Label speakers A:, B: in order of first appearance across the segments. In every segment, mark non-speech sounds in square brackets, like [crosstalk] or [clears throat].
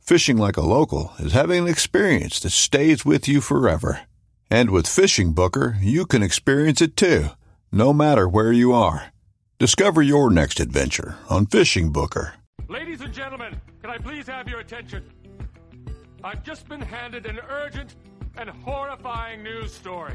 A: Fishing like a local is having an experience that stays with you forever. And with Fishing Booker, you can experience it too, no matter where you are. Discover your next adventure on Fishing Booker.
B: Ladies and gentlemen, can I please have your attention? I've just been handed an urgent and horrifying news story.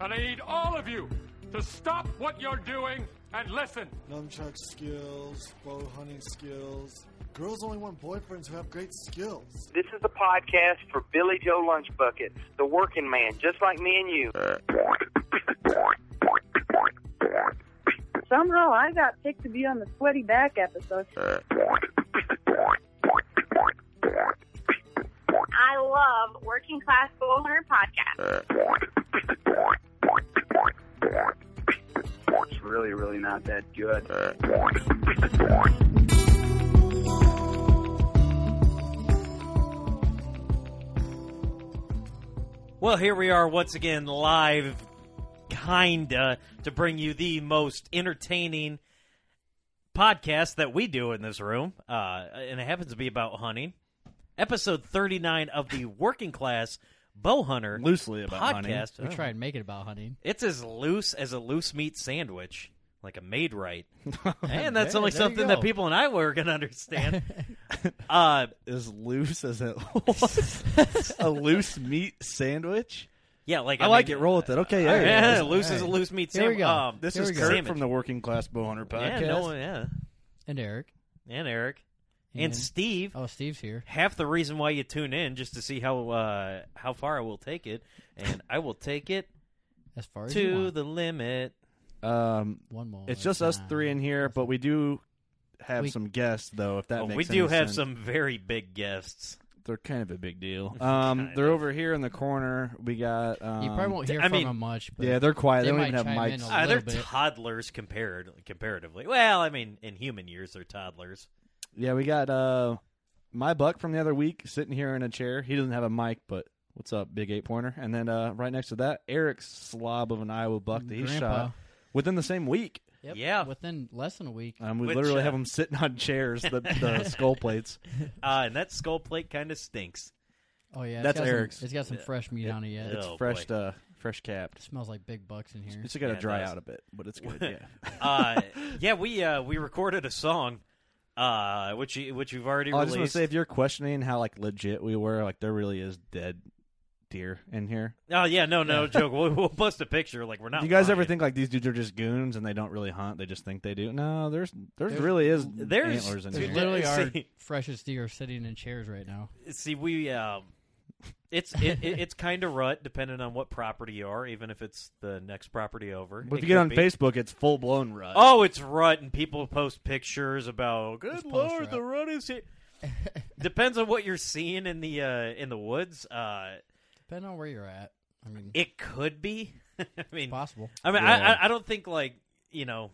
B: And I need all of you to stop what you're doing and listen.
C: Nunchuck skills, bow hunting skills. Girls only want boyfriends who have great skills.
D: This is the podcast for Billy Joe Lunchbucket, the working man, just like me and you.
E: Uh,
F: Somehow I got picked to be on the sweaty back episode.
G: I love Working Class Bull Hunter podcast.
E: It's really, really not that good.
H: Well, here we are once again live, kinda, to bring you the most entertaining podcast that we do in this room, uh, and it happens to be about hunting. Episode thirty-nine of the Working Class Bow Hunter
I: Loosely about
H: podcast.
I: hunting.
J: We
H: Oh.
J: try and make it about hunting.
H: It's as loose as a loose meat sandwich, like a made
I: [laughs]
H: right, and that's
J: There-
H: only
J: there you
H: something that
J: go.
H: people in Iowa
I: [laughs]
H: can understand. uh,
I: As loose as it was. a loose meat sandwich.
H: yeah, like
I: I, like it. Roll with it. Okay, yeah.
H: Yeah,
I: yeah.
H: [laughs] loose
J: All
H: as a
J: right.
H: loose meat
J: Here we
H: sandwich.
J: go.
H: Um,
I: This
J: Here
I: is
J: we go.
I: Kurt
H: Sandwich.
I: from the Working Class Bowhunter
H: yeah,
I: podcast.
H: no, yeah,
J: And Eric.
H: and Eric and,
J: And-
H: Steve.
J: Oh, Steve's here.
H: Half the reason why you tune in just to see how uh, how far I will take it, and I will take it
J: As far as you
H: to
J: want.
H: the limit.
I: Um,
J: one more.
I: it's just us
J: time.
I: three in here, but we do have
J: We-
I: some guests, though. If that
H: Well,
I: makes
H: Oh, we do
I: any
H: have
I: sense.
H: some very big guests.
I: They're kind of a big
H: [laughs]
I: deal. Um,
H: Kind
I: they're
H: of.
I: over here in the corner. We got. Um,
J: You probably won't hear
H: I
J: from
H: mean-
J: him much. But
I: Yeah, they're quiet. They,
J: They
I: don't
J: might
I: even have
J: chime in
I: mics. Ah.
J: a
H: Uh, they're
J: little bit.
H: toddlers compared comparatively. Well, I mean, in human years, they're toddlers.
I: Yeah, we got uh, my buck from the other week sitting here in a chair. He doesn't have a mic, but what's up, big eight pointer? And then uh, right next to that, Eric's slob of an Iowa buck that he
J: Grandpa.
I: shot within the same week.
J: Yep,
H: Yeah.
J: Within less than a week.
I: Um, we
H: Which,
I: literally
H: uh,
I: have them sitting on chairs, the,
H: [laughs]
I: the skull plates.
H: Uh, and that skull plate kind of stinks.
J: oh yeah. it's
I: that's
J: got some-
I: Eric's.
J: it's got some fresh meat on it yet.
H: It's
J: It
H: Oh,
I: fresh,
H: boy.
I: uh, fresh capped.
J: smells like big bucks in here.
I: It's got to
H: Yeah, it
I: dry
H: does.
I: out a bit, but it's
H: [laughs]
I: good. Yeah.
H: uh, yeah, we uh, we recorded a song, uh, which you, which you've already
I: Oh, I just want to
H: released.
I: say, if you're questioning how like legit we were, like there really is dead deer in here.
H: oh yeah, no, no joke. We'll, we'll post a picture. Like we're not.
I: Do you guys ever
H: lying.
I: think like these dudes are just goons and they don't really hunt? They just think they do. No, there's there's,
J: There's-
I: really is
H: there's-
I: antlers in here. [laughs]
H: dude,
J: There's literally our
H: See-
J: freshest deer sitting in chairs right now.
H: See, we um, it's it, it, it's kind of rut depending on what property you are, even if it's the next property over.
I: But
H: It
I: if you get
H: could
I: on
H: be.
I: Facebook, it's full blown rut.
H: oh, it's rut, and people post pictures about good
J: It's
H: lord,
J: post-rut.
H: the rut is
J: [laughs]
H: here. Depends on what you're seeing in the uh, in the woods. Uh,
J: Depending on where you're at. I mean,
H: it could be. [laughs] I mean,
J: possible.
H: I mean,
I: Yeah.
H: I I, I don't think like you know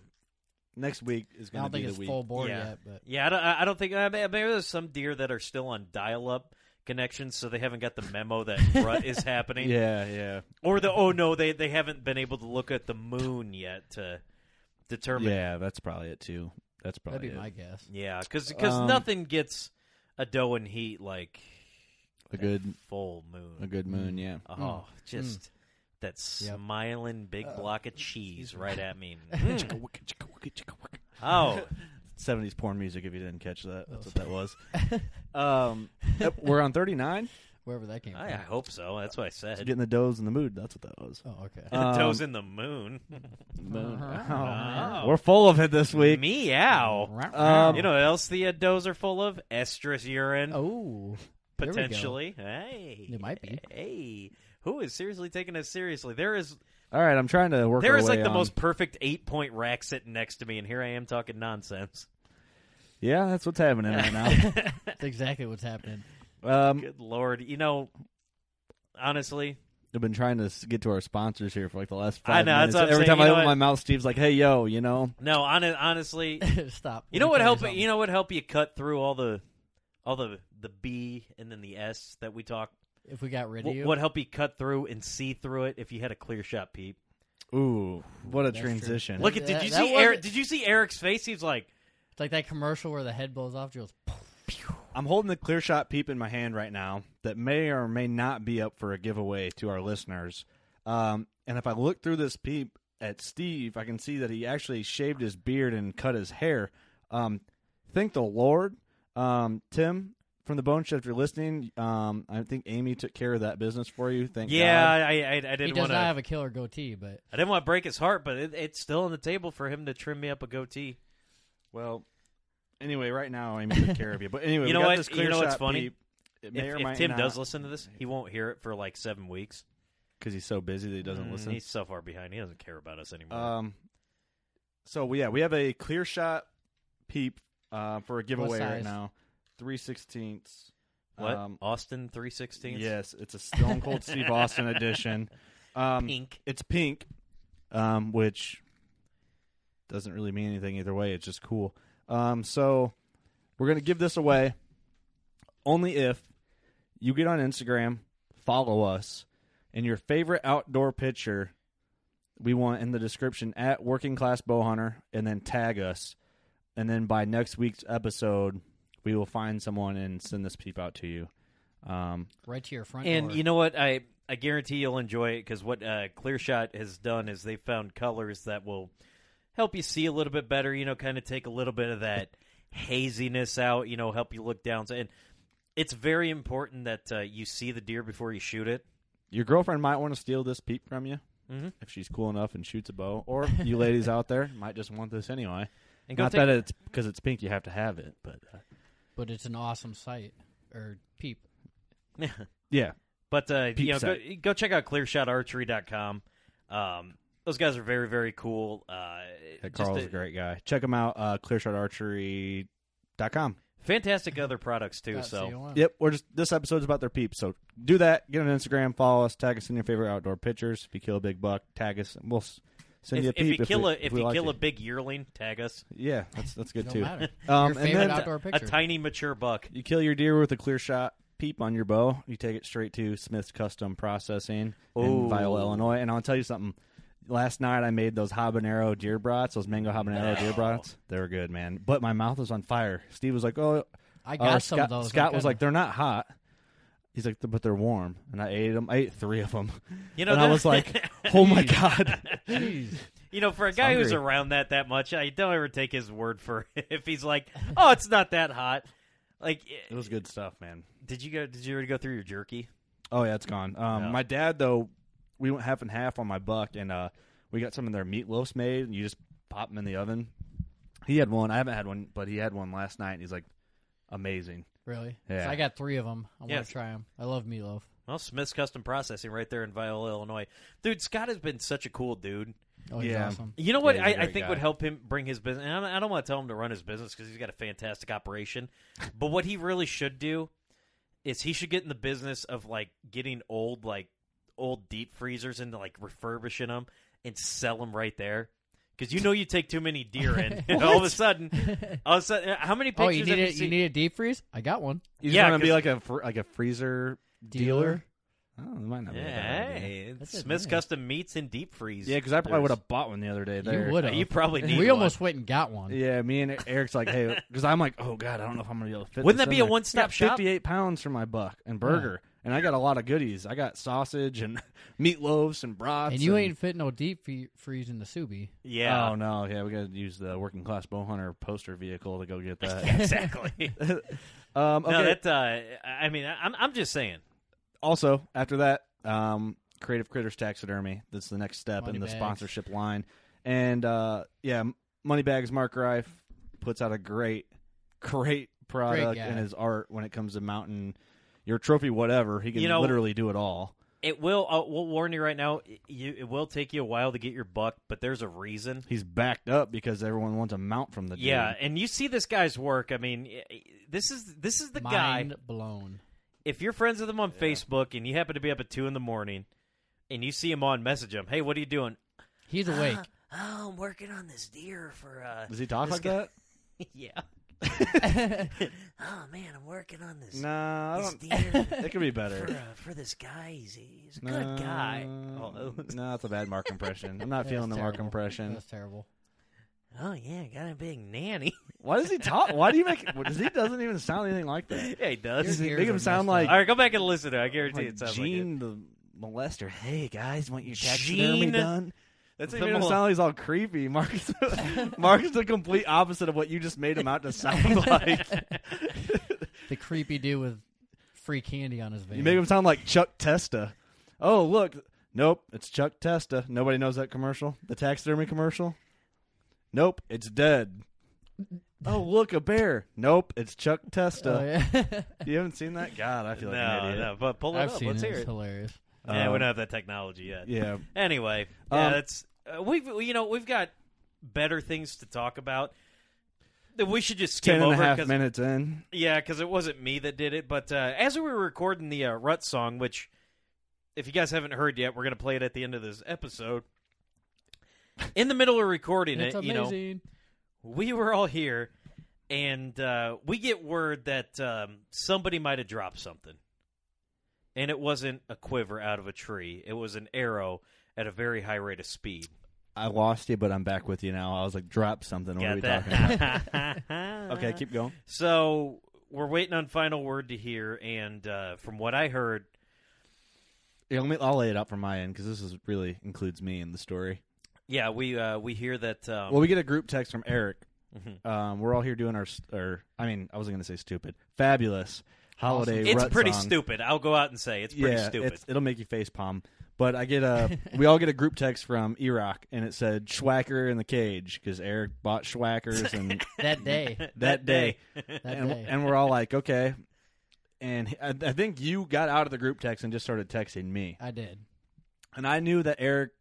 I: Next week is
J: I
I: going to
J: don't
I: be
J: think
I: the
J: it's
I: week.
J: full bore
H: Yeah.
J: yet, but
H: Yeah, I don't, I I don't think uh, may- maybe there's some deer that are still on dial-up connections, so they haven't got the memo that
I: [laughs]
H: rut is happening.
I: Yeah, yeah.
H: Or the oh no, they they haven't been able to look at the moon yet to determine.
I: Yeah, that's probably it too. That's probably
J: That'd be
I: it.
J: my guess.
H: Yeah, because
I: Um,
H: nothing gets a dough and heat like
I: a good
H: full moon.
I: a good moon. Yeah.
H: Oh, just that
I: Yep.
H: smiling big
I: Uh,
H: block of cheese right at me.
I: Chicka
H: Mm. oh,
I: Seventies porn music. If you didn't catch that, that's what that was. um, yep, we're on thirty nine.
J: Wherever that came
H: I, I hope so. That's what I said.
I: Getting the does in the mood. That's what that was.
J: Oh, okay.
I: [laughs]
H: Toes
I: Um,
H: in the moon.
J: Uh-huh.
I: moon.
H: Oh. Mm-hmm.
I: We're full of it this week.
H: Meow.
I: Um,
H: you know what else the uh, does are full of? Estrus urine.
J: Oh. there we go.
H: Potentially. Hey.
J: It might be.
H: Hey. Who is seriously taking us seriously? There is
I: All right, I'm trying to work.
H: there
I: our
H: is like
I: way
H: the
I: on-
H: most perfect eight point rack sitting next to me, and here I am talking nonsense.
I: Yeah, that's what's happening right
H: [laughs]
I: now.
J: That's exactly what's happening.
I: Um,
H: Good lord. You know, honestly,
I: I've been trying to s- get to our sponsors here for like the last
H: I
I: five
H: know,
I: minutes.
H: that's what I'm
I: Every
H: saying.
I: time I
H: You know
I: open my
H: what?
I: mouth, Steve's like, "Hey, yo, you know."
H: no, hon-
J: [laughs]
H: honestly,
J: Stop.
H: You know
J: Let
H: what
J: me
H: help
J: tell you
H: you know what help you cut through all the all the the B and then the S that we talk.
J: something. If we got rid of
H: What,
J: you,
H: what help you cut through and see through it if you had a clear shot, Pete?
I: Ooh, what a
J: That's true.
I: transition!
H: Look at did
J: That-
H: you
J: that
H: see Eric?
J: wasn't-
H: Did you see Eric's face? He's like,
J: it's like that commercial where the head blows off. Jules.
I: I'm holding the clear shot peep in my hand right now that may or may not be up for a giveaway to our listeners. Um, and if I look through this peep at Steve, I can see that he actually shaved his beard and cut his hair. Um, thank the Lord. Um, Tim from the Bone Shift, you're listening. Um, I think Amy took care of that business for you. Thank
H: yeah,
I: God.
H: I, I I
J: Oh He
H: didn't
J: does
H: want
J: not
H: to.
J: have a killer goatee, but
H: I didn't want to break his heart, but it, it's still on the table for him to trim me up a goatee.
I: Well, anyway, right now Amy took care of you. But anyway,
H: You
I: we
H: know
I: got
H: what?
I: This
H: You
I: clear
H: know what's
I: shot
H: funny?
I: peep. It may
H: If,
I: or
H: if
I: might
H: Tim
I: not,
H: does listen to this, he won't hear it for like seven weeks.
I: because he's so busy that he doesn't
H: Mm,
I: listen.
H: He's so far behind; he doesn't care about us anymore.
I: Um. So we- yeah, we have a clear shot peep uh, for a giveaway right
J: size?
I: now. Three sixteenths.
H: what?
I: Um,
H: Austin three sixteen.
I: yes, it's a Stone Cold Steve Austin edition. Um,
H: Pink.
I: It's pink, um, which doesn't really mean anything either way. It's just cool. Um, so we're gonna give this away only if you get on Instagram, follow us, and your favorite outdoor picture we want in the description at Working Class Bowhunter, and then tag us, and then by next week's episode, we will find someone and send this peep out to you. Um,
J: right to your front
H: And
J: door.
H: you know what? I I guarantee you'll enjoy it because what uh, Clear Shot has done is they found colors that will help you see a little bit better. You know, kind of take a little bit of that haziness out. You know, help you look down. And it's very important that uh, you see the deer before you shoot it.
I: your girlfriend might want to steal this peep from you
H: Mhm.
I: if she's cool enough and shoots a bow, or you ladies out there might just want this anyway.
H: [laughs] And go
I: Not
H: take,
I: that it's because it's pink, you have to have it, but uh,
J: but it's an awesome sight or peep.
I: yeah,
H: But uh,
I: Peep
H: you know, go,
I: site.
H: go check out clearshotarchery.com. Um, those guys are very very cool. Uh,
I: that
H: just
I: Carl's a, great guy. Check him out, uh, clearshotarchery.com.
H: Mm-hmm. Fantastic other products too.
J: That's the
H: so
J: only one.
I: Yep, we're just this episode's about their peeps. So do that. Get on Instagram, follow us, tag us in your favorite outdoor pictures. If you kill a big buck, tag us. and We'll s- send
H: if,
I: you a
H: if
I: peep.
H: you kill
I: we-
H: a if
I: we
H: you
I: like
H: kill
I: you.
H: a big yearling, tag us.
I: yeah, that's that's
J: It
I: good
J: don't
I: too.
J: matter.
I: Um,
J: your
I: and
J: favorite
I: then-
J: outdoor picture.
H: A tiny mature buck.
I: You kill your deer with a clear shot peep on your bow. You take it straight to Smith's Custom Processing
H: Ooh.
I: in Viola, Illinois. And I'll tell you something. Last night I made those habanero deer brats, those mango habanero deer brats. They were good, man. But my mouth was on fire. Steve was like, "Oh,
J: I
I: uh,
J: got some
I: Scott,
J: of those.
I: Scott
J: I
I: was
J: got-
I: like, "They're not hot." He's like, "But they're warm," and I ate them. I ate three of them,
H: You know,
I: and I
H: there-
I: was
J: [laughs]
I: like, "Oh my god!"
H: you know, for a guy who's
I: hungry.
H: around that that much, I don't ever take his word for [laughs] if he's like, "Oh, it's not that hot." Like,
I: it was good stuff, man.
H: did you go? Did you already go through your jerky?
I: Oh yeah, it's gone. Um,
H: No.
I: My dad though, we went half and half on my buck, and uh, we got some of their meatloafs made, and you just pop them in the oven. He had one. I haven't had one, but he had one last night, and he's like, amazing.
J: really?
I: Yeah.
J: So I got three of them. I want
H: Yes.
J: to try them. I love meatloaf.
H: Well, Smith's Custom Processing right there in Viola, Illinois. Dude, Scott has been such a cool dude.
J: Oh, he's
I: Yeah.
J: awesome.
H: You know what
I: Yeah,
H: I,
I: he's a
H: I
I: great
H: think
I: guy.
H: would help him bring his business. And I don't- I don't want to tell him to run his business because he's got a
I: [laughs]
H: fantastic operation. but what he really should do is he should get in the business of like getting old like old deep freezers and like refurbishing them and sell them right there. because you know you take too many deer
I: [laughs]
H: in. And all of a
J: What?
H: sudden, all of a sudden, how many pictures
J: oh, you need
H: have you
J: a,
H: seen?
J: you need a deep freeze? I got one.
I: You just
H: Yeah,
I: want to
H: 'cause-
I: be like a fr- like a freezer dealer.
J: Dealer.
I: Oh, that might not be a
H: yeah,
I: bad idea.
H: hey,
J: That's a
H: Smith's
J: nice.
H: Custom Meats and Deep Freeze.
I: Yeah, because I probably
H: There's-
I: would have bought one the other day. There.
J: You would have.
H: You probably need
J: We
H: one.
J: almost went and got one.
I: Yeah, me and Eric's like, hey, because I'm like, oh god, I don't know if I'm gonna be able to fit.
H: Wouldn't
I: this
H: that
I: in
H: be a
I: there."
H: one-stop
I: I got
H: shop?
I: Fifty-eight pounds for my buck and burger, and I got a lot of goodies. I got sausage and [laughs] meatloafs and broths.
J: And you ain't fit no deep fe- freeze in the Subi.
H: Yeah,
I: Oh no, yeah, we gotta use the working class bow hunter poster vehicle to go
H: [laughs]
I: get that.
H: exactly.
I: [laughs] Um, okay.
H: No, that. Uh, I mean, I- I'm I'm just saying.
I: also, after that, um, Creative Critters Taxidermy. That's the next step in the
J: Moneybags.
I: sponsorship line. And uh, yeah, M- Moneybags Mark Rife puts out a great, great product
J: guy.
I: and his art when it comes to mountain your trophy, whatever. He can
H: You know-
I: literally do it all.
H: It will. Uh, we'll warn you right now. i- You, it will take you a while to get your buck, but there's a reason.
I: He's backed up because everyone wants a mount from the dude.
H: Yeah, and you see this guy's work. I mean, i- i- this is this is the guy.
J: Mind blown.
H: If you're friends with him on Facebook and you happen to be up at two in the morning, and you see him on, message him. Hey, what are you doing? [gasps]
J: He's awake.
H: Oh, I'm working on this deer for. uh
I: Does he talk
H: this
I: like
H: guy-
I: that?
H: [laughs] yeah. [laughs] oh man, I'm working on this.
I: Nah, I
H: this
I: don't.
H: [laughs]
I: [laughs]
H: deer
I: It could be better.
H: [laughs] for, uh, for this guy. He's, he's a good guy.
I: No,
H: Oh,
I: Um,
H: [laughs]
I: no, that's a bad Mark impression. I'm not
J: That
I: feeling
J: was
I: the Mark
J: terrible.
I: impression.
J: That was terrible.
H: oh yeah, got a big nanny.
I: Why does he talk? Why do you make? [laughs] Does he doesn't even sound anything like that?
H: [laughs] yeah, he does.
I: Does he
J: ears
I: make
J: are
I: him sound
J: messed
I: like,
J: up.
H: All right, go back and listen to it. I guarantee
I: like
H: it sounds like
I: Gene the molester? Hey guys, want your taxidermy
H: Gene
I: done? That's
H: the
I: what made him
H: mol-
I: sound like he's all creepy. Mark is, Mark is the [laughs] complete opposite of what you just made him out to sound like.
J: The creepy dude with free candy on his vein.
I: you make him sound like Chuck Testa. Oh look, nope, it's Chuck Testa. Nobody knows that commercial, the taxidermy commercial. Nope, it's dead. Oh look, a bear. Nope, it's Chuck Testa.
J: Oh,
I: [laughs]
J: yeah.
I: You haven't seen that? God, I feel
H: it.
I: like an
H: No,
I: idiot.
H: no, but pull it
J: [laughs] I've
H: up.
J: seen
H: Let's
J: it.
H: hear
J: It's
H: it.
J: hilarious.
H: yeah, we
I: Um,
H: don't have that technology yet.
I: Yeah.
H: Anyway, yeah,
I: Um,
H: that's uh, we've you know we've got better things to talk about that we should just skim
I: Ten and
H: over
I: a half
H: 'cause-
I: minutes in.
H: Yeah, because it wasn't me that did it. But uh, as we were recording the uh, Rut song, which if you guys haven't heard yet, we're gonna play it at the end of this episode. In the middle of recording
J: It's
H: it, you know,
J: amazing.
H: we were all here, and uh, we get word that um, somebody might have dropped something, and it wasn't a quiver out of a tree; it was an arrow at a very high rate of speed.
I: I lost you, but I'm back with you now. I was like, drop something. What are we
H: Got
I: talking about?
H: [laughs] that?
I: okay, keep
J: [laughs]
I: going.
H: So we're waiting on final word to hear, and uh, from what I heard,
I: Yeah, let me, I'll lay it out from my end because this is really includes me in the story.
H: yeah, we uh, we hear that. Um,
I: Well, we get a group text from Eric.
H: Mhm.
I: Um, we're all here doing our, s- or I mean, I wasn't going to say stupid, fabulous holiday.
H: it's
I: rut
H: pretty
I: song.
H: stupid. I'll go out and say it's pretty
I: yeah,
H: stupid.
I: it's- it'll make you face palm. But I get a, we all get a group text from Erock, and it said Schwacker in the cage because Eric bought Schwackers
H: [laughs]
I: and
J: That day.
I: that day.
J: That
I: and,
J: day.
I: and we're all like, okay. And I, I think you got out of the group text and just started texting me.
J: I did.
I: And I knew that Eric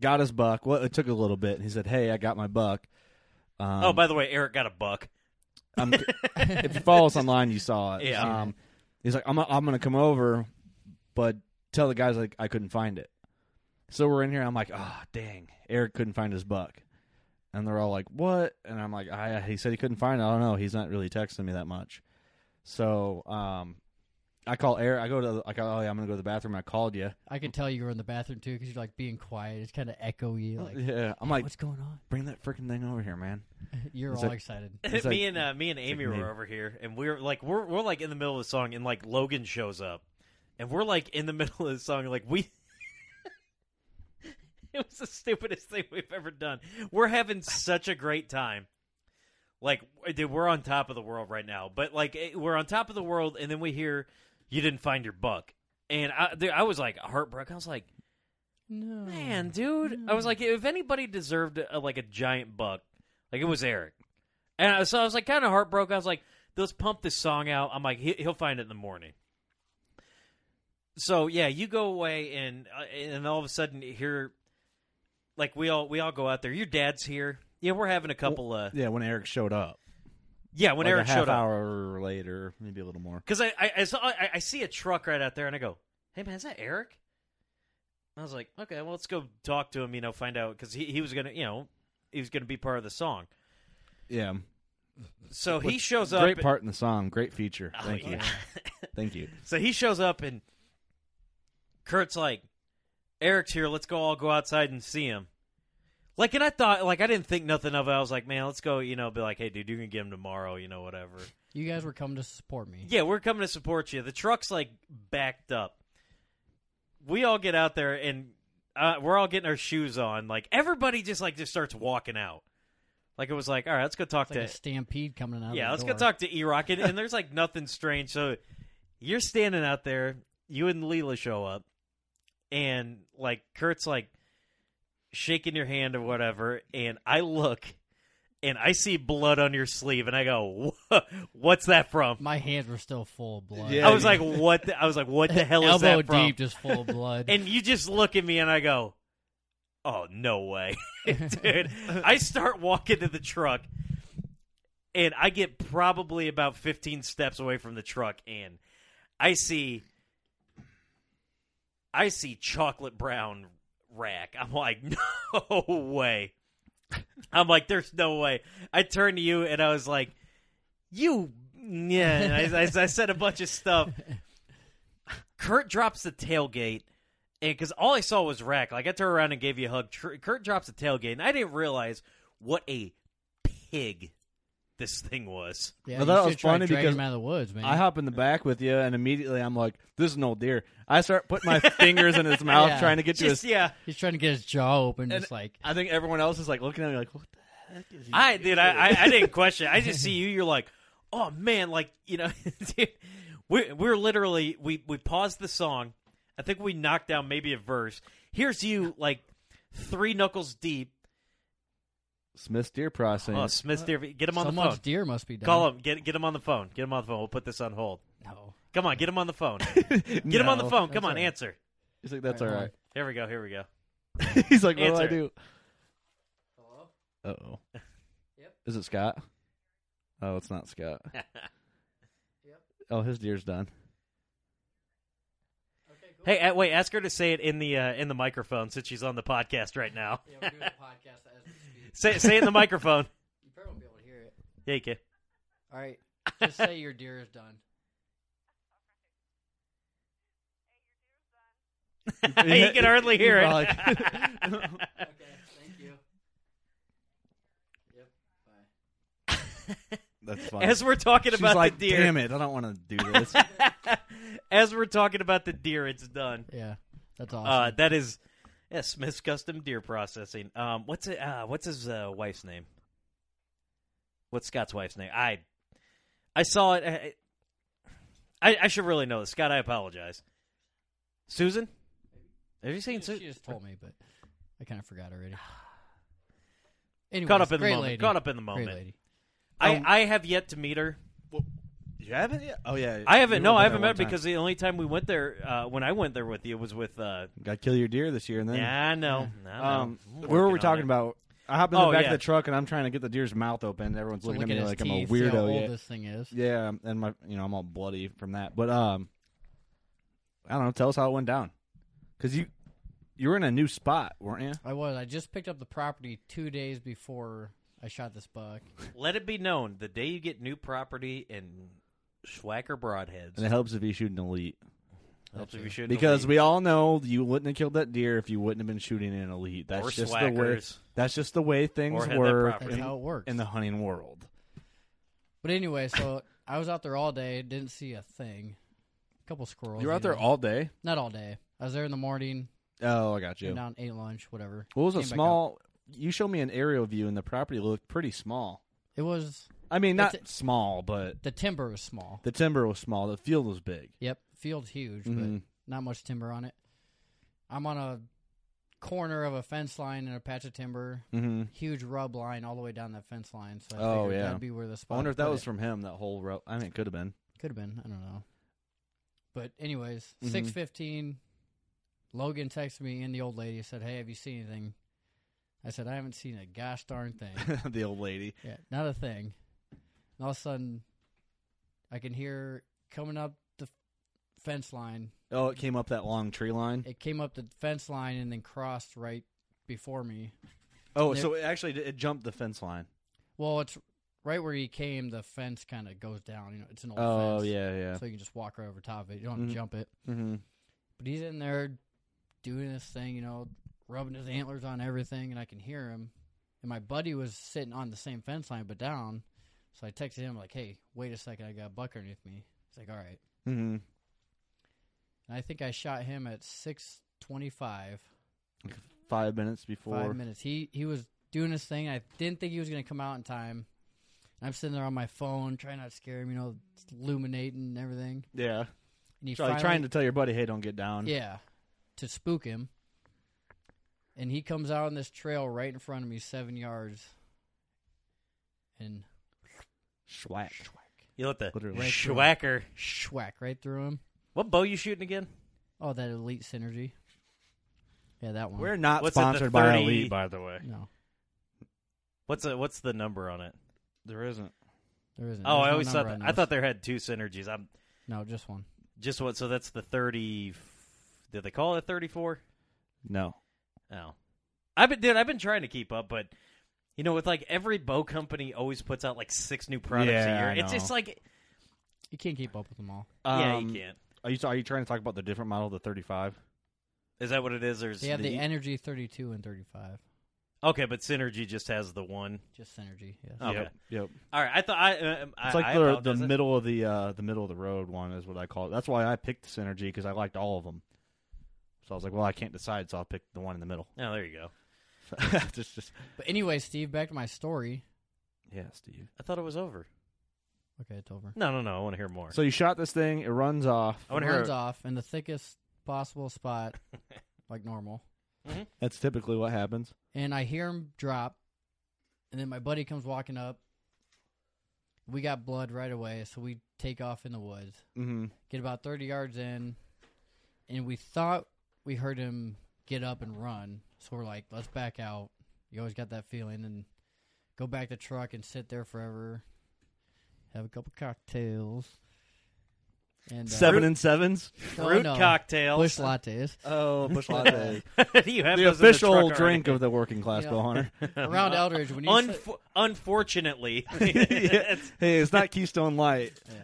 I: got his buck. Well, it took a little bit. And he said, hey, I got my buck. Um,
H: oh, by the way, Eric got a buck.
I: I'm, [laughs] if you follow us online, you saw it.
H: Yeah.
I: Um, he's like, I'm, I'm going to come over, but tell the guys like I couldn't find it. So we're in here. I'm like, oh, dang. Eric couldn't find his buck. And they're all like, what? And I'm like, I, he said he couldn't find it. I don't know. He's not really texting me that much. So um, I call Eric. I go to, I go, oh, yeah, I'm going to go to the bathroom. I called you.
J: I could tell you were in the bathroom too because you're like being quiet. It's kind of echoey. Like,
I: yeah. I'm like,
J: what's going on? [laughs]
I: bring that freaking thing over here, [laughs] man.
J: You're
I: It's
J: all
I: like-
J: excited.
I: It's
H: me
I: like-
H: and uh, me and
I: like
H: Amy
I: me.
H: were over here, and we're like we're we're like in the middle of the song, and like Logan shows up, and we're like in the [laughs] middle of the song, like we. [laughs] it was the stupidest thing we've ever done. We're having such a great time. Like, dude, we're on top of the world right now. But like, it- we're on top of the world, and then we hear you didn't find your buck, and I, dude, I was like heartbroken. I was like,
J: No.
I: Mm.
H: man, dude, I was like, if anybody deserved a, like a giant buck, like it was Eric. And I, so I was like, kind of heartbroken. I was like, let's pump this song out. I'm like, he, he'll find it in the morning. So yeah, you go away, and uh, and all of a sudden here, like we all we all go out there. Your dad's here. Yeah, we're having a couple. Uh,
I: Yeah, when Eric showed up.
H: yeah, when
I: Like
H: Eric
I: a half
H: showed up,
I: hour later, maybe a little more.
H: because I I, I, saw, I I see a truck right out there, and I go, "Hey man, is that Eric?" I was like, "Okay, well, let's go talk to him. You know, find out because he he was gonna, you know, he was going to be part of the song.
I: Yeah.
H: So he
I: Which-
H: shows up.
I: Great part in the song. Great feature.
H: Oh,
I: Thank you.
H: yeah. [laughs]
I: [laughs] Thank you.
H: So he shows up and Kurt's like, Eric's here. Let's go all go outside and see him. Like, and I thought, like, I didn't think nothing of it. I was like, man, let's go, you know, be like, hey, dude, you can get him tomorrow, you know, whatever.
J: You guys were coming to support me.
H: Yeah, we're coming to support you. The truck's like backed up. We all get out there and uh, we're all getting our shoes on. Like, everybody just like just starts walking out. Like, it was like, all right, let's go talk
J: It's like
H: to
J: a stampede coming out. of
H: yeah,
J: the
H: let's go
J: door.
H: talk to E Rock. And, and there's like nothing strange. So you're standing out there, you and Leela show up, and like Kurt's like shaking your hand or whatever. And I look and I see blood on your sleeve, and I go, "Wha- [laughs] What's that from?
J: My hands were still full of blood.
H: I was like, What? The, I was like, What the hell is
J: [laughs] Elbow
H: that from?
J: deep, just full of blood.
H: [laughs] and you just look at me, and I go, Oh, no way. [laughs] Dude, I start walking to the truck and I get probably about 15 steps away from the truck and I see I see chocolate brown rack. I'm like, [laughs] "No way." I'm like, "There's no way." I turned to you and I was like, "You yeah, and I, I- I said a bunch of stuff. Kurt drops the tailgate, and because all I saw was rack. Like I turned around and gave you a hug. Tr- Kurt drops the tailgate, and I didn't realize what a pig this thing
J: [laughs]
H: was.
J: Yeah,
I: I
J: you
I: thought it
J: should
I: was
J: try
I: funny
J: dragging
I: because
J: him out of the woods, man.
I: I hop in the back with you, and immediately I'm like, "This is an old deer." I start putting
H: [laughs]
I: my fingers in his mouth,
J: Yeah.
I: trying to get to his.
H: yeah.
J: He's trying to get his jaw open,
I: And
J: just like
I: I think everyone else is like looking at me, like, "What the heck is he?"
H: I did. I, I I didn't question. it. I just
J: [laughs]
H: see you. You're like, oh man, like you know, [laughs] dude, we're we're literally we we paused the song. I think we knocked down maybe a verse. Here's you like three knuckles deep.
I: Smith's deer processing.
H: Oh, Smith's deer. Get him on the
J: someone's
H: phone.
J: deer must be done.
H: Call him. Get get him on the phone. Get him on the phone. We'll put this on hold.
J: No.
H: Come on, get him on the
J: [laughs]
H: phone.
I: [laughs]
H: Get him on the
I: No.
H: phone. Come on,
J: That's all right.
H: answer.
I: He's like, "That's all
J: Alright,
I: right."
H: Here we go. Here we go.
I: [laughs] He's like, "What do I
H: Answer.
I: do?" Hello. [laughs] Uh oh.
J: Yep.
I: Is it Scott? Oh, it's not
H: [laughs]
I: Scott. Oh, his deer's done.
H: Hey, uh, wait. Ask her to say it in the uh, in the microphone since she's on the podcast right now.
J: Yeah,
H: [laughs]
J: we're doing a podcast as we speak.
H: Say say it in the microphone.
J: You probably won't be able to hear it.
H: Yeah, you can.
J: All right, just say your deer is
I: [laughs]
J: done.
H: [laughs] [laughs] you can
I: [laughs]
H: hardly hear [laughs]
I: Probably- [laughs]
H: it.
J: Okay, thank you. Yep. Bye.
H: [laughs]
I: That's fine.
H: As we're talking
I: She's
H: about
I: like,
H: the deer,
I: "Damn it! I don't want
H: [laughs]
I: to do this."
H: as we're talking about the deer, it's done.
J: Yeah, that's awesome.
H: Uh, that is, yeah, Smith's Custom Deer Processing. Um, what's it? Uh, what's his uh, wife's name? What's Scott's wife's name? I, I saw it. I, I, I should really know this, Scott. I apologize. Susan, have you seen
J: she,
H: Susan?
J: she just told me, but I kind of forgot
I: [sighs]
J: already. Anyways,
H: Caught up in the
J: great
H: moment.
J: lady.
H: Caught up in the moment.
J: Great lady.
H: I,
I: Um,
H: I have yet to meet her.
I: you haven't yet? Oh yeah.
H: I haven't.
I: you
H: No,
I: were
H: I
I: there
H: haven't
I: that
H: met her
I: one
H: because the only time we went there, uh, when I went there with you, was with. Uh,
I: time. got to kill your deer this year, and then
H: yeah, I know. I know.
I: Um,
H: I'm
I: where were
H: working
I: we
H: on
I: talking
H: it.
I: about? I hop in the
H: Oh,
I: back
H: yeah.
I: of the truck and I'm trying to get the deer's mouth open. Everyone's
J: So
I: looking
J: look
I: at me
J: his
I: like I'm a
J: teeth, See how
I: weirdo.
J: old
I: Yeah.
J: this thing is.
I: yeah, and my you know I'm all bloody from that. But um, I don't know. Tell us how it went down, because you you were in a new spot, weren't you?
J: I was. I just picked up the property two days before I shot this buck.
H: Let it be known the day you get new property in Schwacker Broadheads,
I: And it helps if you shoot an elite,
H: helps if you should
I: because we all know you wouldn't have killed that deer if you wouldn't have been shooting an elite. That's
H: Or
I: just the way.
H: swackers.
I: That's just the way things
H: had that
I: work
H: property.
J: That's
I: in,
J: how it works.
I: in the hunting world.
J: But anyway, so I was out there all day. Didn't see a thing. A couple squirrels.
I: You were out there
J: know.
I: all day.
J: Not all day. I was there in the morning.
I: Oh, I got
J: came
I: you.
J: Down ate lunch, whatever.
I: What was a
J: Came back up.
I: small? You showed me an aerial view, and the property looked pretty small.
J: It was
I: I mean,
J: It's
I: not small, but
J: the timber was small.
I: the timber was small. The field was big.
J: Yep, field's huge, but
I: Mhm.
J: not much timber on it. I'm on a corner of a fence line and a patch of timber.
I: Mm-hmm.
J: Huge rub line all the way down that fence line. So I
I: Oh,
J: figured
I: yeah.
J: that'd be where the spot.
I: I wonder if that was from him. That whole row. I mean, it could have been. [laughs]
J: Could have been. I don't know. But anyways,
I: Mhm.
J: six fifteen. Logan texted me and the old lady said, "Hey, have you seen anything?" I said, "I haven't seen a gosh darn thing.
I: the old lady.
J: yeah, not a thing." And all of a sudden, I can hear coming up the f- fence line.
I: Oh, it came up that long tree line.
J: It came up the fence line and then crossed right before me.
I: Oh,
J: There-
I: so it actually it jumped the fence line.
J: Well, it's right where you came. The fence kind of goes down. You know, it's an old
I: Oh,
J: fence.
I: yeah, yeah.
J: So you can just walk right over top of it. You don't have
I: Mhm.
J: to jump it.
I: Mhm.
J: But he's in there doing this thing, you know, rubbing his antlers on everything, and I can hear him. And my buddy was sitting on the same fence line, but down. So I texted him like, "Hey, wait a second, I got a buck underneath me." He's like, "All right."
I: Mhm.
J: And I think I shot him at six twenty-five.
I: Five minutes before.
J: Five minutes. He he was doing his thing. I didn't think he was going to come out in time. And I'm sitting there on my phone, trying not to scare him. You know, illuminating and everything.
I: Yeah.
J: And he
I: Try-
J: finally-
I: trying to tell your buddy, hey, don't get down.
J: Yeah, to spook him. And he comes out on this trail right in front of me, seven yards. And
I: Schwack.
H: You let the
I: Literally.
J: Right through
H: schwacker.
J: schwack right through him.
H: What bow you shooting again?
J: Oh, that elite synergy. Yeah, that one.
I: We're not
H: What's it, the
I: sponsored by
H: 30
I: Elite, by the way.
J: No,
H: What's a, what's the number on it?
I: There isn't.
J: there isn't.
H: oh,
J: There's
H: I
J: no
H: always thought
J: number
H: that,
J: on
H: I
J: those.
H: thought there had two synergies. I'm
J: no, just one.
H: just what? So that's the thirty. Did they call it thirty four?
I: No.
H: Oh, I've been dude. I've been trying to keep up, but you know, with like every bow company always puts out like six new products
I: Yeah,
H: a year.
I: I
H: It's
I: know.
H: just like
J: You can't keep up with them all.
H: yeah,
I: Um,
H: you can't.
I: Are you, are you trying to talk about the different model, the 35?
H: Is that what it is? Or is
J: They have the,
H: the- e
J: energy thirty-two and thirty-five.
H: okay, but synergy just has the one.
J: Just synergy. Yes.
H: Okay.
I: Yep. Yep.
H: All right. I thought I. Uh, um, I
I: It's like
H: I
I: the, the
H: apologize.
I: middle of the uh, the middle of the road one is what I call it. That's why I picked the synergy because I liked all of them. So I was like, well, I can't decide, so I'll pick the one in the middle. [laughs]
H: Oh, there you go.
I: just, just
J: But anyway, Steve, back to my story.
I: yeah, Steve.
H: I thought it was over.
J: Okay, it's over.
H: No, no, no. I want to hear more.
I: So you shot this thing. It runs off.
H: I want to hear.
J: Runs off in the thickest possible spot, like normal.
I: That's typically what happens.
J: and I hear him drop, and then my buddy comes walking up. We got blood right away, so we take off in the woods.
I: Mm-hmm.
J: Get about thirty yards in, and we thought we heard him get up and run. So we're like, "Let's back out." You always got that feeling, and go back to truck and sit there forever, have a couple cocktails, and uh,
I: Seven and sevens.
J: no,
H: Fruit
J: Oh, no,
H: cocktails.
J: bush
H: [laughs]
J: lattes.
I: Oh, [laughs] bush
J: latte.
H: you
I: the
H: have those in the
I: official
H: truck already.
I: drink of the working class
J: Yeah.
I: bill hunter. [laughs]
J: Around Eldridge, when you
H: Unf-
J: sit-
H: Unfortunately,
I: Yeah.
H: [laughs] it's,
I: Hey, it's not Keystone Light.
J: yeah.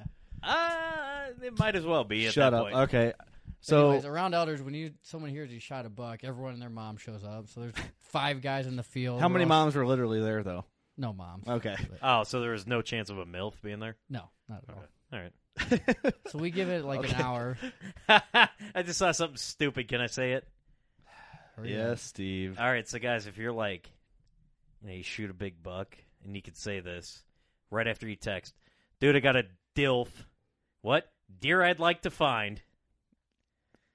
H: uh, it might as well be. At
I: Shut
H: that
I: up.
H: Point.
I: Okay. So
J: Anyways, around Elders, when you someone hears you shot a buck, everyone and their mom shows up. So there's five guys in the field.
I: how
J: We're
I: many
J: all-
I: moms were literally there though?
J: No moms.
I: Okay.
H: Oh, so there was no chance of a milf being there.
J: No, not at all.
I: [laughs]
H: All right.
J: So we give it like an hour.
H: [laughs] I just saw something stupid. Can I say it?
J: Hurry up.
I: Yes, Steve.
H: All right, so guys, if you're like, you know, you shoot a big buck, and you could say this right after you text, dude, I got a dilf. What deer I'd like to find?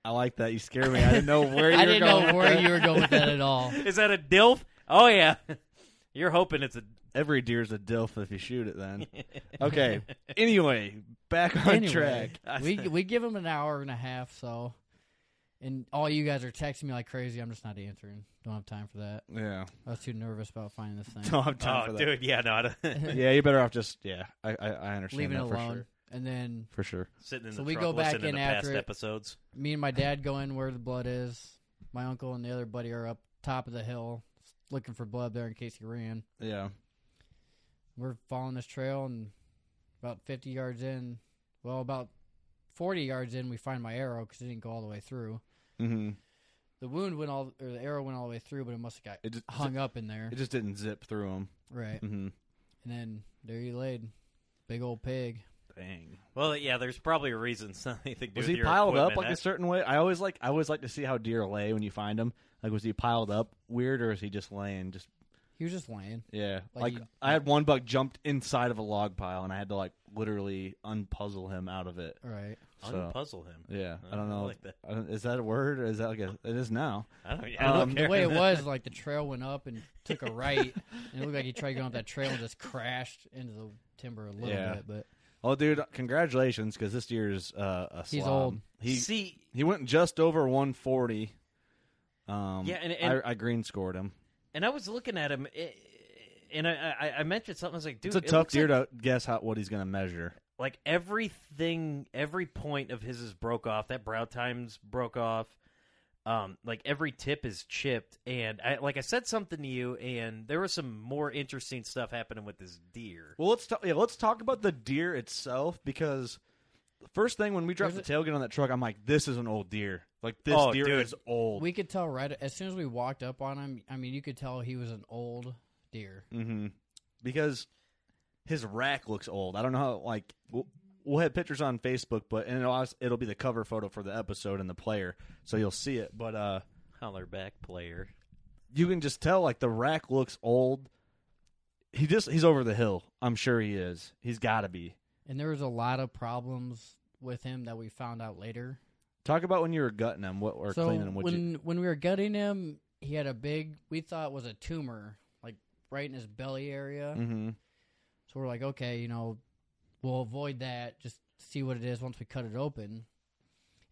I: I like that. You scared me. I didn't know
J: [laughs]
I: where you
J: I
I: were
J: didn't
I: going.
J: know where you were going with that at all.
H: Is that a dilf? Oh yeah. [laughs] You're hoping it's a.
I: [laughs] Every deer's a dilf if you shoot it
J: [laughs]
I: then. Okay. anyway, back on
J: Anyway,
I: track. [laughs]
J: we we give them an hour and a half. So, and all you guys are texting me like crazy. I'm just not answering. Don't have time for that.
I: [laughs] Yeah.
J: I was too nervous about finding
I: [laughs]
J: this thing.
I: Don't have time
H: Oh,
I: for that.
H: dude, yeah, no, I don't- [laughs]
I: [laughs] Yeah, you're better off just yeah. I I, I understand
J: Leaving it
I: that for
J: alone.
I: sure.
J: And then
I: For sure.
H: sitting in
J: So
H: the
J: we
H: truck
J: go back
H: listening
J: in
H: to
J: after
H: past
J: it.
H: episodes.
J: me and my dad go in where the blood is. My uncle and the other buddy are up top of the hill looking for blood there in case he ran.
I: Yeah.
J: We're following this trail and about 50 yards in, well, about 40 yards in, we find my arrow because it didn't go all the way through.
I: Mm-hmm.
J: The wound went all, or the arrow went all the way through, but it must have got
I: It just
J: hung up in there.
I: It just didn't zip through them.
J: right.
I: Mm-hmm.
J: And then there you laid. Big old pig.
I: Dang.
H: Well, yeah, there's probably a reason [laughs] it's not anything. to do
I: Was
H: with
I: he
H: your
I: piled up
H: equipment.
I: like
H: I-
I: a certain way? I always like I always like to see how deer lay when you find them. Like was he piled up weird or is he just laying just
J: He was just laying.
I: yeah?
J: Like
I: Like,
J: you-
I: I had one buck jumped inside of a log pile and I had to like literally unpuzzle him out of it.
J: Right.
I: So,
H: Unpuzzle him.
I: yeah, I
H: Oh,
I: don't
H: I
I: know.
H: like that.
I: I don't- is that a word or is that like a? It is now.
H: I don't, I don't
I: Um,
H: care.
I: [laughs]
H: [laughs]
J: The way it was, like the trail went up and took a right, and it looked like he tried going up that trail and just crashed into the timber a little
I: Yeah.
J: bit. But
I: Oh, dude, congratulations because this year's uh, a
J: He's
I: slob.
J: old.
I: He
H: See,
I: he went just over 140. Um,
H: Yeah, and- and-
I: I, I green scored him.
H: and I was looking at him, i and I, I, I mentioned something. I was like,
I: It's
H: dude,
I: a
H: it
I: tough
H: looks like
I: deer to guess how what he's going to measure.
H: like everything every point of his is broke off that brow times broke off um, like every tip is chipped, and I, like I said something to you, and there was some more interesting stuff happening with this deer.
I: Well, let's talk. Yeah, let's talk about the deer itself because the first thing when we dropped the
J: There's
I: tailgate on that truck, I'm like, this is an old deer. Like this
H: Oh,
I: deer
H: dude.
I: is old.
J: We could tell right as soon as we walked up on him. I mean, you could tell he was an old deer.
I: mm-hmm. Because his rack looks old. I don't know how. Like we'll, we'll have pictures on Facebook, but and it'll, als- it'll be the cover photo for the episode and the player, so you'll see it. But uh,
H: Holler back player.
I: you can just tell like the rack looks old. He just he's over the hill. I'm sure he is. He's got to be.
J: And there was a lot of problems with him that we found out later.
I: Talk about when you were gutting him, what or
J: so
I: cleaning him. What you-
J: when when we were gutting him, he had a big we thought was a tumor, like right in his belly area.
I: Mhm.
J: So we're like, okay, you know, we'll avoid that. Just see what it is once we cut it open.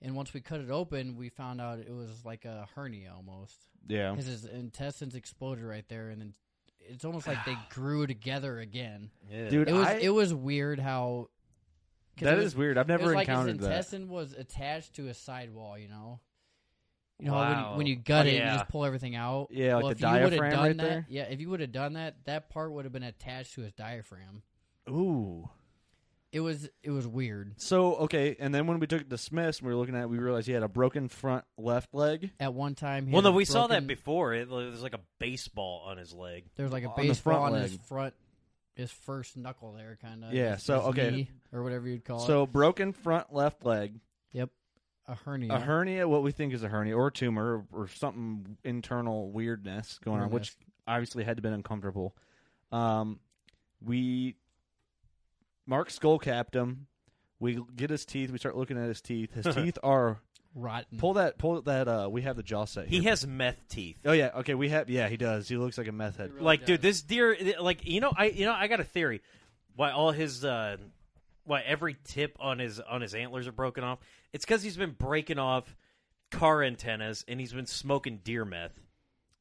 J: And once we cut it open, we found out it was like a hernia almost.
I: Yeah.
J: because his intestines exploded right there, and then it's almost
I: [sighs]
J: like they grew together again.
I: Yeah. Dude,
J: it was
I: I-
J: it was weird how. 'cause
I: That
J: it
I: is weird. I've
J: it was
I: never
J: like
I: encountered
J: his
I: that.
J: intestine was attached to a sidewall, you know. You know
I: Wow.
J: when, when you gut
I: Oh,
J: it,
I: yeah.
J: you just pull everything out.
I: Yeah, like
J: well,
I: the
J: if you would've
I: diaphragm
J: done
I: right
J: that,
I: there?
J: Yeah, if you would have done that, that part would have been attached to his diaphragm.
I: Ooh.
J: It was it was weird.
I: So okay, and then when we took it to Smith's, we were looking at, it, we realized he had a broken front left leg.
J: At one time, he
H: Well,
J: had
H: no,
J: a
H: we saw that
J: broken-
H: before. It, there was like a baseball on his leg.
J: There was like a
I: On the
J: baseball
I: front
J: on his
I: leg.
J: front, his first knuckle there, kind of.
I: Yeah. So okay,
J: or whatever you'd call
I: So
J: it.
I: broken front left leg,
J: Yep, a hernia.
I: a hernia, what we think is a hernia or a tumor or, or something internal weirdness going on, which obviously had to been uncomfortable. Um, we Mark skull capped him. We get his teeth. We start looking at his teeth.
J: [laughs]
I: His teeth are
J: rotten.
I: Pull that. Pull that. Uh, we have the jaw set.
H: He
I: here.
H: has meth teeth.
I: Oh yeah. Okay. We have. Yeah. He does. He looks like a meth head.
H: like dude this deer like you know i you know i got a theory why all his uh why every tip on his on his antlers are broken off it's because he's been breaking off car antennas and he's been smoking deer meth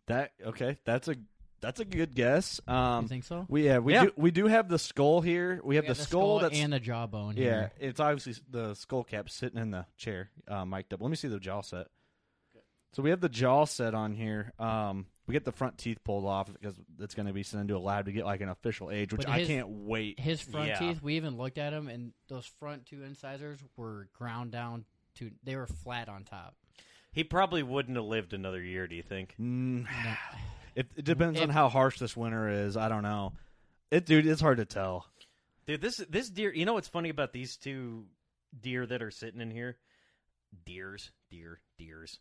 I: That okay? That's a that's a good guess. Um,
J: You think so?
I: We yeah we
H: Yeah.
I: do we do have the skull here. We have
J: We
I: the,
J: got the
I: skull,
J: skull
I: that's,
J: and the jawbone
I: Yeah,
J: here.
I: it's obviously s- the skull cap sitting in the chair, uh, mic'd up. Let me see the jaw set. So we have the jaw set on here. Um, we get the front teeth pulled off because it's going to be sent into a lab to get like an official age, which
J: But
I: I
J: his-
I: can't wait.
J: His front
I: Yeah.
J: teeth. We even looked at him, and those front two incisors were ground down to. They were flat on top.
H: he probably wouldn't have lived another year do you think
I: Mm, [sighs] it, it depends on
H: If-
I: how harsh this winter is. I don't know. It dude, it's hard to tell.
H: dude this this deer you know what's funny about these two deer that are sitting in here deers deer deers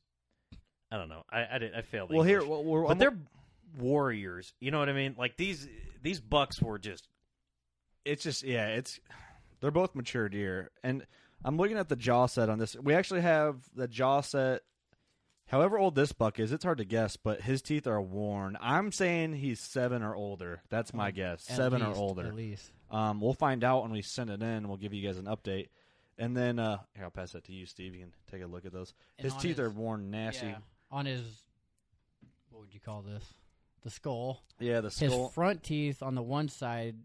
H: i don't know i i, did, I failed
I: Well, here,
H: English.
I: well, we're- I'm-
H: but they're warriors you know what i mean like these these bucks were just
I: it's just yeah, it's they're both mature deer, and I'm looking at the jaw set on this. We actually have the jaw set. However old this buck is, it's hard to guess, but his teeth are worn. I'm saying he's seven or older. That's my guess.
J: at
I: seven
J: least,
I: or older,
J: at least.
I: Um, we'll find out when we send it in. We'll give you guys an update, and then uh, here, I'll pass that to you, Steve. You can take a look at those.
J: And
I: his
J: on
I: teeth
J: his-
I: are worn nasty.
J: yeah, on his. What would you call this? The skull.
I: Yeah, the skull.
J: His front teeth on the one side.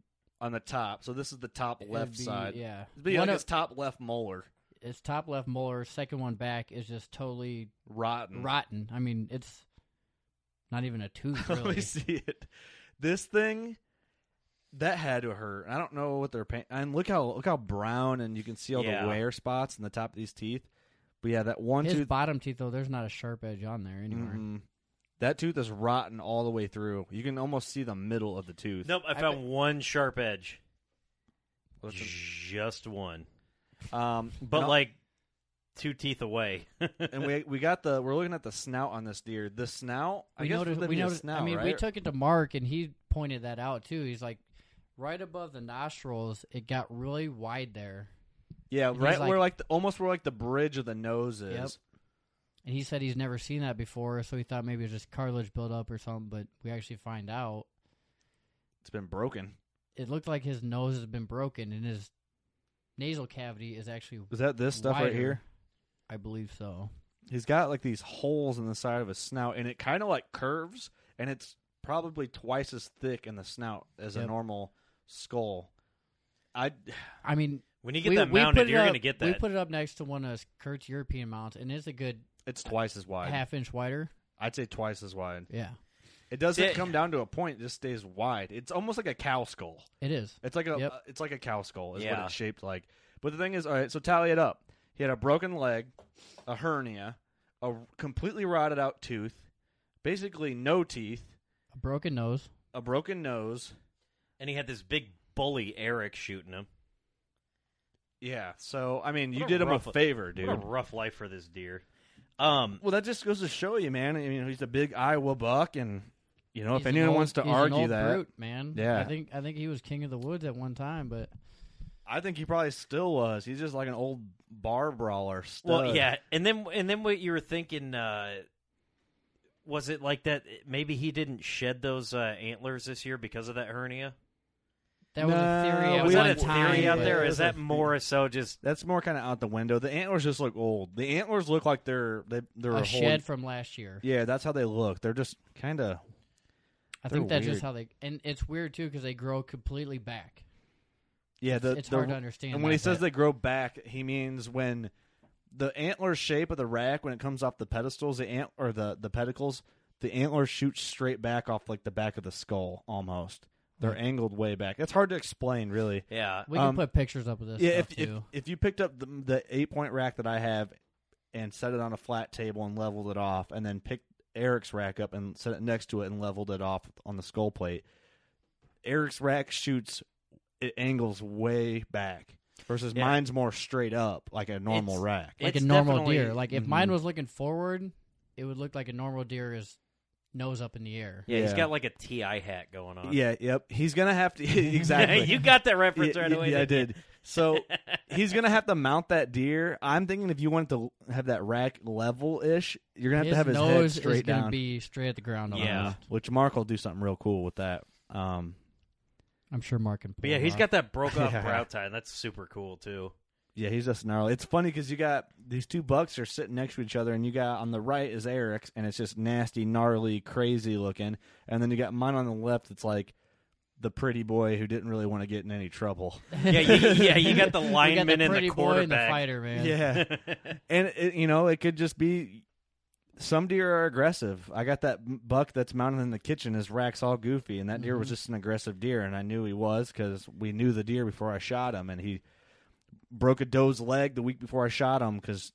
I: on the top. So this is the top
J: It'd
I: left
J: be-
I: side.
J: yeah.
I: it'd be
J: One
I: like
J: of-
I: his top left molar.
J: His top left molar, second one back, is just totally
I: Rotten.
J: Rotten. I mean, it's not even
I: [laughs]
J: a tooth.
I: Let me
J: [laughs] Really.
I: see it. This thing that had to hurt. I don't know what they're paint. And look how look how brown and you can see all
J: Yeah.
I: the wear spots in the top of these teeth. But yeah, that one
J: His
I: tooth.
J: bottom teeth, though, there's not a sharp edge on there anywhere.
I: Mm-mm. That tooth is rotten all the way through. You can almost see the middle of the tooth.
H: Nope, I found one sharp edge.
I: What's it-
H: Just one.
I: Um,
H: but
I: and I'll-
H: like two teeth away.
I: and
H: [laughs]
I: we we got the we're looking at the snout on this deer. The snout. I
J: We
I: guess
J: noticed.
I: would
J: We
I: be a
J: noticed.
I: Snout,
J: I mean, we
I: right?
J: took it to Mark, and he pointed that out too. He's like, right above the nostrils, it got really wide there.
I: Yeah,
J: And he's
I: right
J: like-
I: where like the, almost where like the bridge of the nose is.
J: Yep. And he said he's never seen that before, so he thought maybe it was just cartilage buildup or something. But we actually find out
I: It's been broken.
J: it looked like his nose has been broken, and his nasal cavity is actually.
I: Is that this stuff right
J: wider.
I: here?
J: I believe so.
I: He's got like these holes in the side of his snout, and it kind of like curves, and it's probably twice as thick in the snout as a
J: Yep.
I: normal skull. I
J: I mean,
H: When you get
J: we-
H: that
J: we
H: mounted,
J: put it
H: you're
J: up-
H: gonna get
J: We
H: that.
J: put it up next to one of Kurt's European mounts, and it's a good
I: It's twice as wide.
J: half inch wider.
I: I'd say twice as wide.
J: Yeah.
I: It doesn't
J: Did-
I: come down to a point; it just stays wide. It's almost like a cow skull.
J: It is.
I: It's like a
J: Yep.
I: uh, it's like a cow skull is what
H: Yeah.
I: it's shaped like. But the thing is, all right, so tally it up. He had a broken leg, a hernia, a completely rotted out tooth, basically no teeth,
J: A broken nose.
I: a broken nose.
H: And he had this big bully Eric shooting him.
I: Yeah. So I mean, you
H: What
I: did him a
H: rough-
I: favor, dude.
H: What a rough life for this deer. Um,
I: well, that just goes to show you, man. I mean, he's a big Iowa buck, and you know, if
J: He's an
I: anyone
J: old-
I: wants to
J: he's an
I: argue
J: old
I: that,
J: brute, man.
I: yeah,
J: I think I think he was king of the woods at one time, but
I: I think he probably still was. He's just like an old bar brawler. Stud.
H: Well, yeah, and then and then what you were thinking uh, was it like that? Maybe he didn't shed those uh, antlers this year because of that hernia.
J: that was a theory.
I: No,
J: At
I: we
H: Was
J: one
H: that a
J: time,
H: theory out
J: but-
H: there?
I: it
H: Is
I: was a
H: that
I: theory.
H: more so just
I: That's more kind of out the window. The antlers just look old. The antlers look like they're they, they're whole-
J: a shed from last year.
I: Yeah, that's how they look. They're just kind of.
J: I
I: they're
J: think that's
I: weird.
J: just how they. And it's weird too because they grow completely back.
I: Yeah, the,
J: it's
I: the-
J: hard to understand
I: And when
J: that,
I: he says
J: but-
I: they grow back, he means when the antler shape of the rack when it comes off the pedestals, the ant or the the pedicles, the antler shoots straight back off like the back of the skull almost. They're
J: Hmm.
I: angled way back. It's hard to explain, really.
H: yeah?
J: We can
I: Um,
J: put pictures up of this.
I: yeah,
J: stuff
I: if, if
J: too.
I: if you picked up the, the eight point rack that I have and set it on a flat table and leveled it off, and then picked Eric's rack up and set it next to it and leveled it off on the skull plate, Eric's rack shoots it angles way back versus
H: Yeah.
I: mine's more straight up like a normal
H: It's-
I: rack.
H: it-
J: like a
H: it's
J: normal deer.
H: definitely-
J: Like if
I: Mhm.
J: mine was looking forward, it would look like a normal deer is nose up in the air.
H: yeah, he's
I: yeah.
H: got like a ti hat going on.
I: yeah, yep. He's gonna have to [laughs] exactly.
H: you got that reference
I: Yeah,
H: right
I: yeah,
H: away.
I: yeah, I
H: didn't
I: did. So he's gonna have to mount that deer. I'm thinking if you want to have that rack level ish, you're gonna have to have his head
J: nose is
I: straight
J: gonna
I: down.
J: be straight at the ground.
H: Yeah.
J: almost.
I: Uh, Which Mark will do something real cool with that. Um,
J: I'm sure Mark can.
H: you? But yeah, he's got
I: [laughs]
H: that broke off
I: Uh-huh. Yeah.
H: brow tie, and that's super cool too.
I: yeah, he's just gnarly. It's funny because you got these two bucks are sitting next to each other, and you got on the right is Eric's, and it's just nasty, gnarly, crazy looking, and then you got mine on the left. It's like the pretty boy who didn't really want to get in any trouble.
H: Yeah, you, yeah, you got
I: [laughs]
H: the
J: We got
H: lineman
J: the
H: and
J: pretty
H: the
J: boy and the
H: quarterback.
J: fighter, man.
I: Yeah,
H: [laughs]
I: and it, you know it could just be some deer are aggressive. I got that buck that's mounted in the kitchen. His rack's all goofy, and that deer
H: Mm-hmm.
I: was just an aggressive deer, and I knew he was because we knew the deer before I shot him, and he broke a doe's leg the week before I shot him because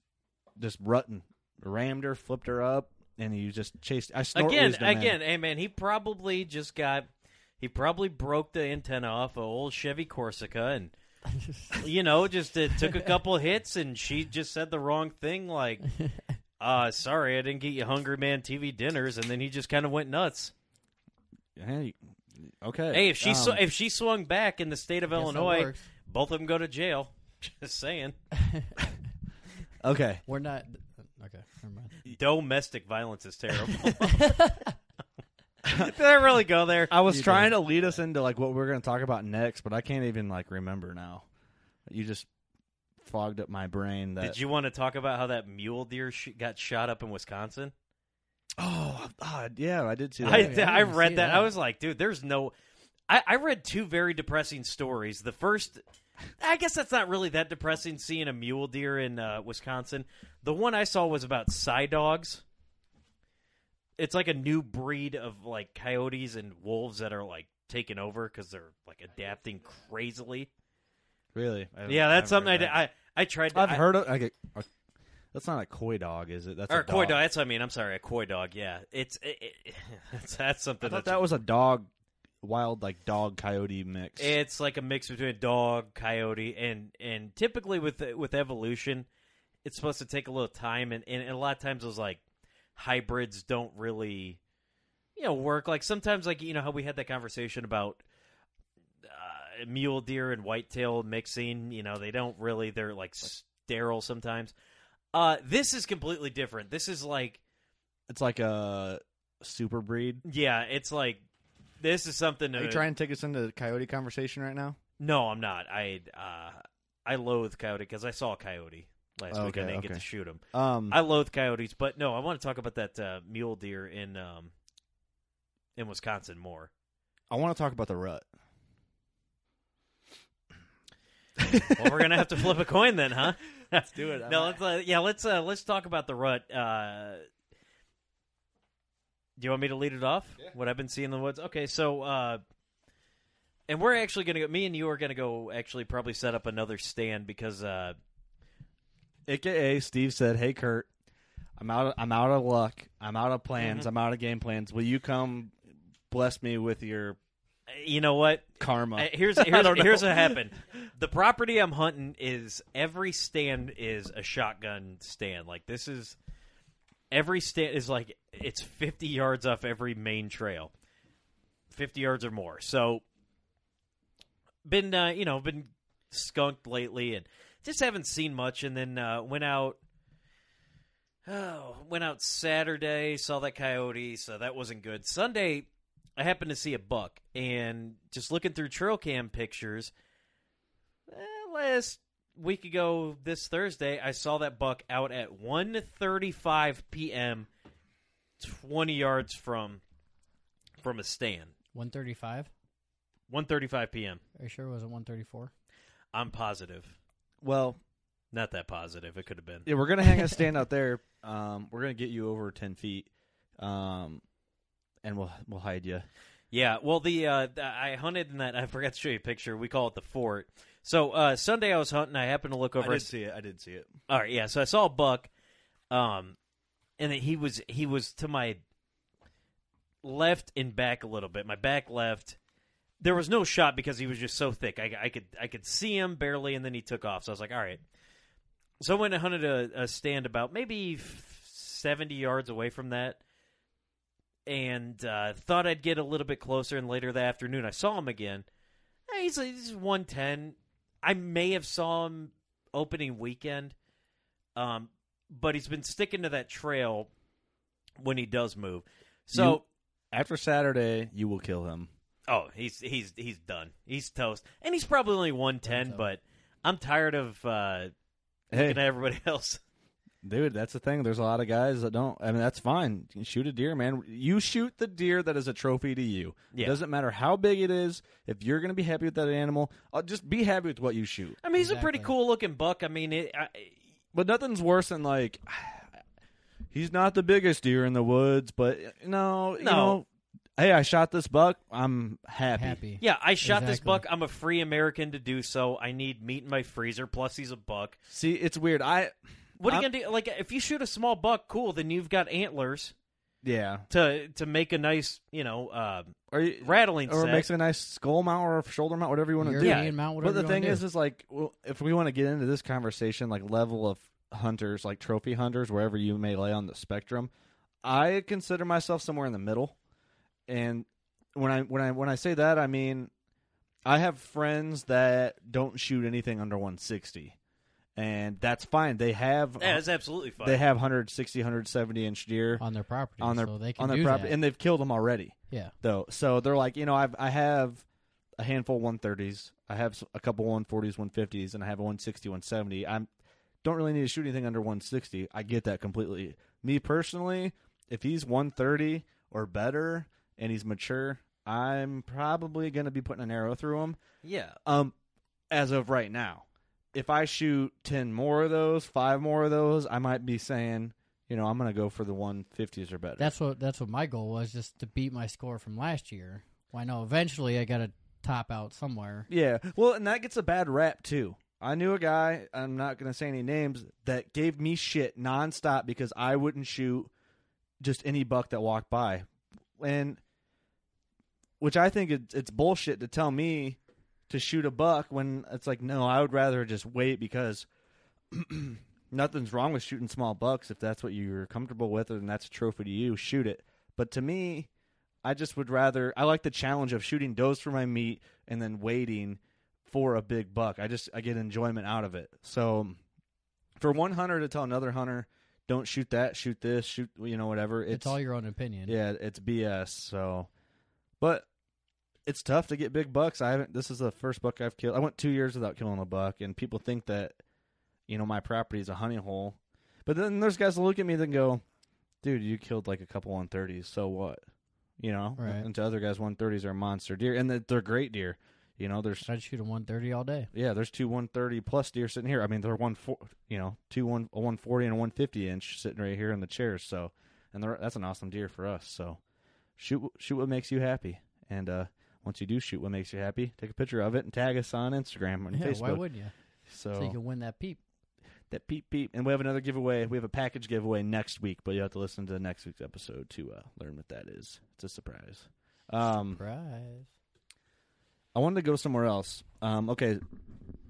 I: just rutting rammed her, flipped her up, and he just chased. I snort
H: again,
I: wheezed him, man.
H: again, hey man, he probably just got he probably broke the antenna off a old Chevy
I: [laughs]
H: Corsica and you know just it took a couple hits and she just said the wrong
I: [laughs]
H: thing like uh sorry I didn't get you Hungry Man TV dinners and then he just kind of went nuts.
I: Hey, okay.
H: Hey, if she sw-
I: um,
H: if she swung back in the state of
J: that
H: Illinois,
J: works.
H: both of them go to jail. [laughs] Just saying,
I: okay,
J: We're not. Okay, never mind.
H: domestic violence is terrible. [laughs] Did I really go there?
I: I was trying to lead us into like what we are going to talk about next, but I can't even like remember now. You just fogged up my brain. That
H: Did you want to talk about how that mule deer sh- got shot up in Wisconsin?
I: [gasps] Oh, ah, yeah, I did see that.
H: I,
J: yeah, I didn't
H: I
J: even see
H: read that.
J: that.
H: I was like, dude, there's no. I, I read two very depressing stories. The first, I guess that's not really that depressing seeing a mule deer in uh, Wisconsin. The one I saw was about Psy dogs. It's like a new breed of like coyotes and wolves that are like taking over because they're like adapting crazily.
I: really? I
H: Yeah, that's
I: haven't
H: something I,
I: heard
H: did-
I: that.
H: I I tried. To,
I: I've
H: I-
I: heard of. Like a, a- that's not a koi dog, is it? That's
H: or
I: a
H: a koi
I: dog.
H: dog. That's what I mean. I'm sorry, a koi dog. Yeah, it's it, it, [laughs] that's,
I: I
H: that's something
I: thought
H: that's
I: that was a dog, wild like dog coyote mix.
H: It's like a mix between a dog, coyote, and and typically with with evolution, it's supposed to take a little time, and and a lot of times those like hybrids don't really, you know, work. Like sometimes, like you know how we had that conversation about uh, mule deer and whitetail mixing. You know, they don't really. They're like sterile sometimes. Uh, this is completely different. This is like
I: it's like a super breed.
H: yeah, it's like this is something.
I: Are
H: to-
I: you trying to take us into the coyote conversation right now?
H: No, I'm not. I uh, I loathe coyote because I saw a coyote last week.
I: Okay,
H: I didn't get
I: okay.
H: to shoot him.
I: Um,
H: I loathe coyotes, but no, I want to talk about that uh, mule deer in um, in Wisconsin more.
I: I want to talk about the rut. [laughs]
H: Well, we're gonna have to flip a coin then, huh? let's
I: do it.
H: [laughs] no, let's uh, yeah, let's uh, let's talk about the rut. Uh, do you want me to lead it off? What I've been seeing in the woods. Okay, so uh, and we're actually gonna go. Me and you are gonna go. Actually, probably set up another stand because uh,
I: AKA Steve said, "Hey Kurt, I'm out. I'm out of luck. I'm out of plans.
H: Mhm.
I: I'm out of game plans. Will you come bless me with your
H: you know what
I: karma? [laughs]
H: Uh, here's
I: I
H: here's,
I: don't know.
H: here's what happened. The property I'm hunting is every stand is a shotgun stand. Like this is every stand is like it's 50 yards off every main trail, 50 yards or more. So been uh, you know been skunked lately and just haven't seen much. And then uh, went out. [sighs] Oh, went out Saturday, saw that coyote, so that wasn't good. Sunday, I happened to see a buck, and just looking through trail cam pictures, eh, last week ago this Thursday, I saw that buck out at 1:35 p.m. 20 yards from from a stand.
J: 135?
H: 1:35 p.m.
J: Are you sure it wasn't 134?
H: I'm positive.
I: Well,
H: Not that positive. It could have been.
I: yeah, we're gonna hang a stand out there. [laughs] Um, we're gonna get you over ten feet, um, and we'll we'll hide you.
H: Yeah, well, the uh, th- I hunted in that. I forgot to show you a picture. We call it the fort. So uh, Sunday I was hunting. I happened to look over.
I: I
H: and-
I: did see it. I did see it.
H: All right, yeah. So I saw a buck, um, and then he was he was to my left and back a little bit. My back left. There was no shot because he was just so thick. I, I could I could see him barely, and then he took off. So I was like, all right. So I went and hunted a, a stand about maybe f- seventy yards away from that, and uh, thought I'd get a little bit closer. And later that afternoon, I saw him again. Eh, He's he's one ten. I may have saw him opening weekend, um, but he's been sticking to that trail when he does move. So
I: You- after Saturday, you will kill him.
H: Oh, he's he's he's done. He's toast, and he's probably only one ten. But I'm tired of uh,
I: Hey.
H: looking at everybody [laughs] else.
I: Dude, that's the thing. There's a lot of guys that don't. I mean, that's fine. You shoot a deer, man. You shoot the deer that is a trophy to you.
H: Yeah.
I: It doesn't matter how big it is. If you're going to be happy with that animal, uh, just be happy with what you shoot.
H: I mean, he's a pretty cool looking buck. I mean, it, I,
I: But nothing's worse than like [sighs] he's not the biggest deer in the woods, but no, you
H: No.
I: know, hey, I shot this buck. I'm happy.
J: Happy.
H: yeah, I shot this
J: Exactly.
H: buck. I'm a free American to do so. I need meat in my freezer. Plus, he's a buck.
I: See, it's weird. I
H: What are you
I: I'm-
H: gonna do? Like, if you shoot a small buck, cool. Then you've got antlers
I: yeah.
H: to to make a nice, you know, uh,
I: Are you
H: rattling
I: or
H: set.
I: makes a nice skull mount or shoulder mount, whatever you want to do.
J: European mount, whatever
I: but the
J: you
I: thing
J: wanna
I: is,
J: do.
I: is like well, if we want to get into this conversation, like level of hunters, like trophy hunters, wherever you may lay on the spectrum, I consider myself somewhere in the middle. And when I when I when I say that, I mean I have friends that don't shoot anything under 160, and that's fine. They have
H: yeah, it's absolutely fine.
I: they have 160, 170 inch deer
J: On their property.
I: on their
J: so they can
I: on their
J: do
I: property,
J: that.
I: and they've killed them already
J: yeah.
I: though. So they're like, you know, I've I have a handful of 130s. I have s- a couple 140s, 150s, and I have a 160, 170. I'm don't really need to shoot anything under 160. I get that completely. Me personally, if he's 130 or better and he's mature, I'm probably going to be putting an arrow through him.
H: yeah,
I: Um, as of right now, if I shoot ten more of those, five more of those, I might be saying, you know, I'm going to go for the 150s or better.
J: That's what that's what my goal was, just to beat my score from last year. Well, I know eventually I got to top out somewhere.
I: Yeah. Well, and that gets a bad rap too. I knew a guy, I'm not going to say any names, that gave me shit nonstop because I wouldn't shoot just any buck that walked by. And which I think it's, it's bullshit to tell me to shoot a buck when it's like, no, I would rather just wait because [clears throat] nothing's wrong with shooting small bucks. If that's what you're comfortable with and that's a trophy to you, shoot it. But to me, I just would rather I like the challenge of shooting does for my meat and then waiting for a big buck. I just I get enjoyment out of it. So for one hunter to tell another hunter, don't shoot that, shoot this, shoot you know whatever.
J: It's, all your own opinion.
I: yeah, it's BS. So, but it's tough to get big bucks. I haven't. This is the first buck I've killed. I went two years without killing a buck, and people think that you know my property is a honey hole. But then there's guys that look at me and go, "Dude, you killed like a couple 130s. So what? You know."
J: Right.
I: And to other guys, 130s are monster deer, and that they're great deer. You know, there's
J: I'd shoot a 130 all day.
I: yeah, there's two 130 plus deer sitting here. I mean, they're one four, you know, two one a 140 and a 150 inch sitting right here in the chairs. So, and they're, that's an awesome deer for us. So, shoot shoot what makes you happy, and uh, once you do shoot what makes you happy, take a picture of it and tag us on Instagram and
J: Yeah,
I: Facebook.
J: why wouldn't you?
I: So,
J: you can win that peep.
I: that peep peep, and we have another giveaway. We have a package giveaway next week, but you have to listen to next week's episode to uh, learn what that is. It's a surprise. Um,
J: Surprise.
I: I wanted to go somewhere else. Um, okay,